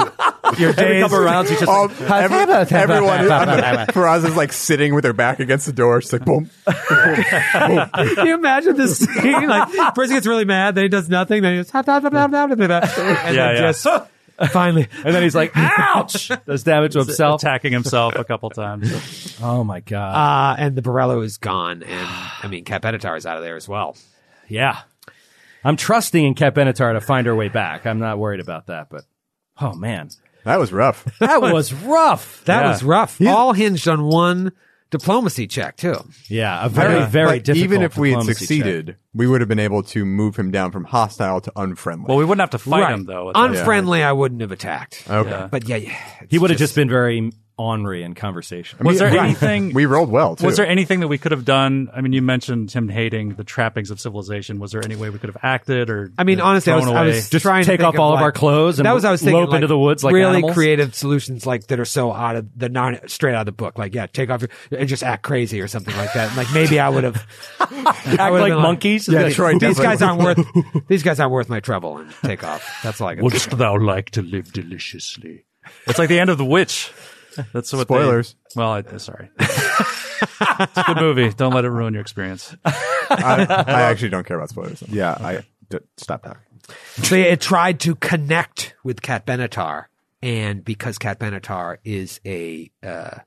B: your
C: Every
B: days
C: couple rounds, you just
B: Oh,
C: like, every- everyone, Faraz is like sitting with her back against the door. She's like, boom.
B: Can you imagine this scene? Like, person gets really mad, then he does nothing, then he just, and
F: Yeah,
B: then
F: yeah.
B: just finally.
E: and then he's like, ouch! Does damage to himself.
F: attacking himself a couple times.
E: Oh my god.
B: Uh, and the Borello is gone, and I mean, Cat Benatar is out of there as well.
E: yeah. I'm trusting in Kat Benatar to find her way back. I'm not worried about that, but oh man.
C: That was rough.
E: That was rough.
B: That
E: Yeah.
B: was rough. All hinged on one diplomacy check, too.
E: Yeah, a very,
C: Yeah.
E: very
C: But
E: difficult.
C: Even if we had
E: diplomacy check.
C: succeeded, we would have been able to move him down from hostile to unfriendly.
F: Well, we wouldn't have to fight
B: right.
F: him though. at that point.
B: Unfriendly, I wouldn't have attacked.
C: Okay.
B: But yeah, yeah.
E: he would have just, been very ornery in conversation.
F: Was there
C: Right.
F: anything?
C: we rolled well, too.
F: Was there anything that we could have done? I mean, you mentioned him hating the trappings of civilization. Was there any way we could have acted or?
B: I mean,
F: uh,
B: honestly, I was,
F: thrown
B: I
F: away?
B: was
E: Just
B: trying
E: take
B: to think
E: off all of
B: like-
E: our clothes and
B: that was I was thinking,
E: lope into
B: like,
E: the woods like
B: really
E: animals?
B: creative solutions like that are so out of the non straight out of the book. Like yeah, take off your, and just act crazy or something like that. Like maybe I would have
E: act like monkeys.
C: Yeah, that's right.
B: These guys
C: definitely.
B: aren't worth these guys aren't worth my trouble and take off. That's all I got.
F: Wouldst thou like to live deliciously? It's like the end of The Witch. That's what they-
C: Spoilers.
F: well, I, uh, sorry. it's a good movie. Don't let it ruin your experience.
C: I, I actually don't care about spoilers.
D: Yeah, I d- stop talking.
B: So yeah, it tried to connect with Cat Benatar, and because Cat Benatar is a uh,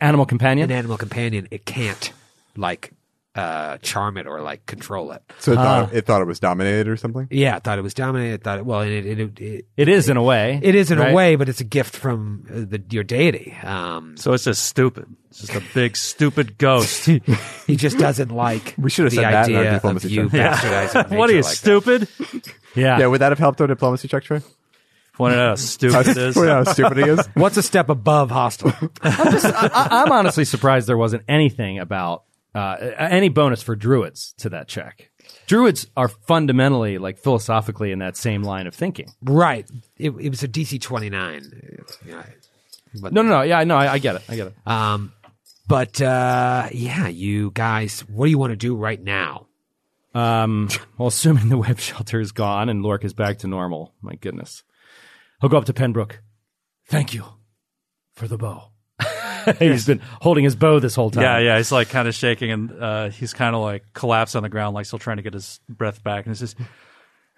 E: Animal
B: an
E: companion.
B: animal companion, it can't like uh, charm it or like control it.
C: So it, thought, it thought it was dominated or something?
B: Yeah, I thought it was dominated. I thought it well, and it it, it,
E: It is in a way.
B: it is in
E: right?
B: a way, but it's a gift from uh, the, your deity. Um,
F: So it's just stupid. It's just a big stupid ghost.
B: he just doesn't like
C: We should have
B: the
C: said that in our
B: idea of
C: diplomacy
B: you
C: check.
B: bastardizing.
F: what are you
B: nature like that.
F: stupid?
E: Yeah.
C: Yeah, would that have helped our diplomacy check, Troy?
F: Pointed out how stupid it is.
C: Pointed out how stupid he is?
B: What's a step above hostile?
E: I, I'm honestly surprised there wasn't anything about uh, any bonus for druids to that check. Druids are fundamentally, like philosophically, in that same line of thinking.
B: right. It, it was a DC twenty nine.
E: No, no, no. Yeah, no, I, I get it. I get it.
B: Um, but uh, yeah, you guys, what do you want to do right now?
E: Um, well, assuming the web shelter is gone and Lork is back to normal, my goodness, he'll go up to Penbrook. Thank you for the bow. He's been holding his bow this whole time.
F: Yeah, yeah. He's like kind of shaking and uh, he's kind of like collapsed on the ground, like still trying to get his breath back. And he says,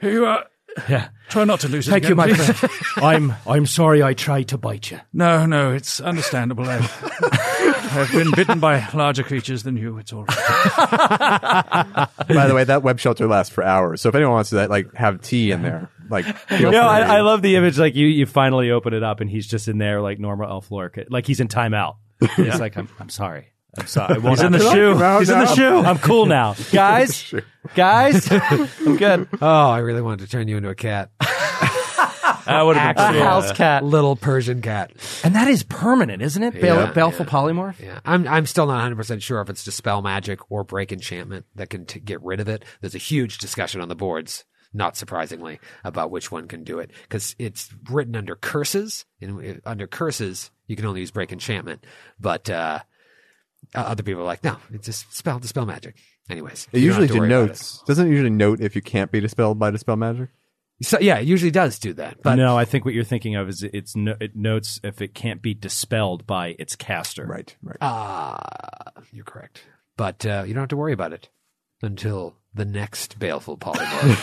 F: Here you are.
E: Yeah.
F: Try not to lose it.
E: Thank
F: again,
E: you, my
F: please."
E: friend. I'm I'm sorry I tried to bite you.
F: No, no, it's understandable. I've, I've been bitten by larger creatures than you. It's all right.
C: By the way, that web shelter lasts for hours. So if anyone wants to like have tea in there, like feel
E: No,
C: free.
E: I, I love the image. Like you, you finally open it up, and he's just in there, like normal elf Lork. Like he's in timeout. He's like, I'm, I'm sorry. I'm sorry. I won't
F: He's in the
E: happen."
F: shoe.
C: No,
F: He's in the
C: no.
F: shoe.
E: I'm cool now, guys. guys, I'm good.
B: Oh, I really wanted to turn you into a cat,
F: That would have
E: A
F: been cool.
E: house cat,
B: little Persian cat.
E: and that is permanent, isn't it? Bale, baleful polymorph.
B: Yeah, I'm I'm still not 100 percent sure if it's dispel magic or break enchantment that can t- get rid of it. There's a huge discussion on the boards, not surprisingly, about which one can do it because it's written under curses, and uh, under curses you can only use break enchantment, but uh, o- other people are like, no, it's just spell dispel magic. Anyways,
C: It
B: you don't
C: usually
B: have to worry about
C: denotes. Doesn't it usually note if you can't be dispelled by dispel magic?
B: it. So yeah, it usually does do that, but
E: no, I think what you're thinking of is it's no, it notes if it can't be dispelled by its caster.
C: Right, right.
B: ah, you're correct. But uh, you don't have to worry about it until the next baleful polymorph.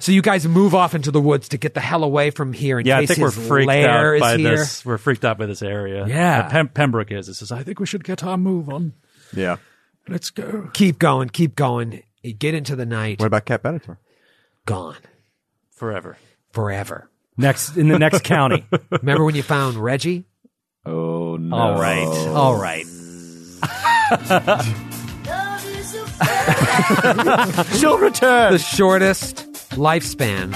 B: so you guys move off into the woods to get the hell away from here. In
F: Yeah, I
B: case
F: think we're
B: his
F: freaked
B: lair
F: out
B: is
F: by
B: here.
F: this. We're freaked out by this area.
B: Yeah.
F: Uh, Pem- Pembroke is. It says, I think we should get our move on.
C: yeah.
F: Let's go.
B: Keep going, keep going. You get into the night,
C: What about Cat Benatar?
B: gone
F: Forever.
B: forever.
E: Next in the next county.
B: Remember when you found Reggie?
D: Oh no!
E: All right. All right. She'll return.
B: The shortest lifespan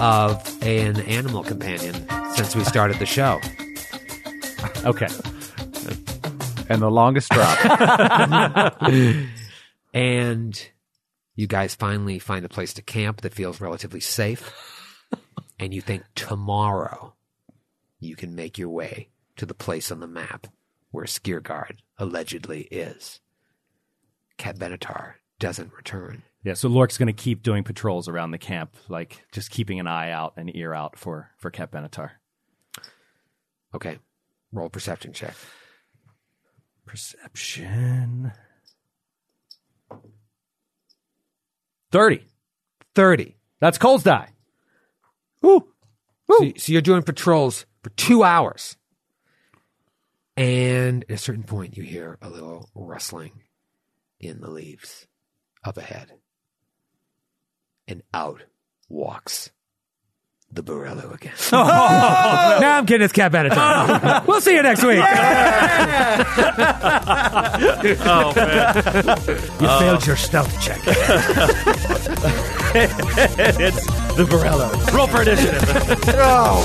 B: of an animal companion since we started the show.
E: Okay.
D: And the longest drop.
B: and you guys finally find a place to camp that feels relatively safe.
J: and you think tomorrow you can make your way to the place on the map where Skiergard allegedly is. Cat Benatar doesn't return.
E: Yeah, so Lork's going to keep doing patrols around the camp, like just keeping an eye out and ear out for for Cat Benatar.
J: Okay, roll perception check.
E: Perception. Thirty.
J: Thirty.
E: That's Cole's die.
J: Woo. So, you- so you're doing patrols for two hours. And at a certain point, you hear a little rustling in the leaves up ahead. And out walks the Borello again. Now I'm kidding. It's Cat Benatar. Oh, we'll see you next week.
B: oh man.
J: You failed your stealth check.
B: it's the Borello. Roll for initiative.
J: Oh,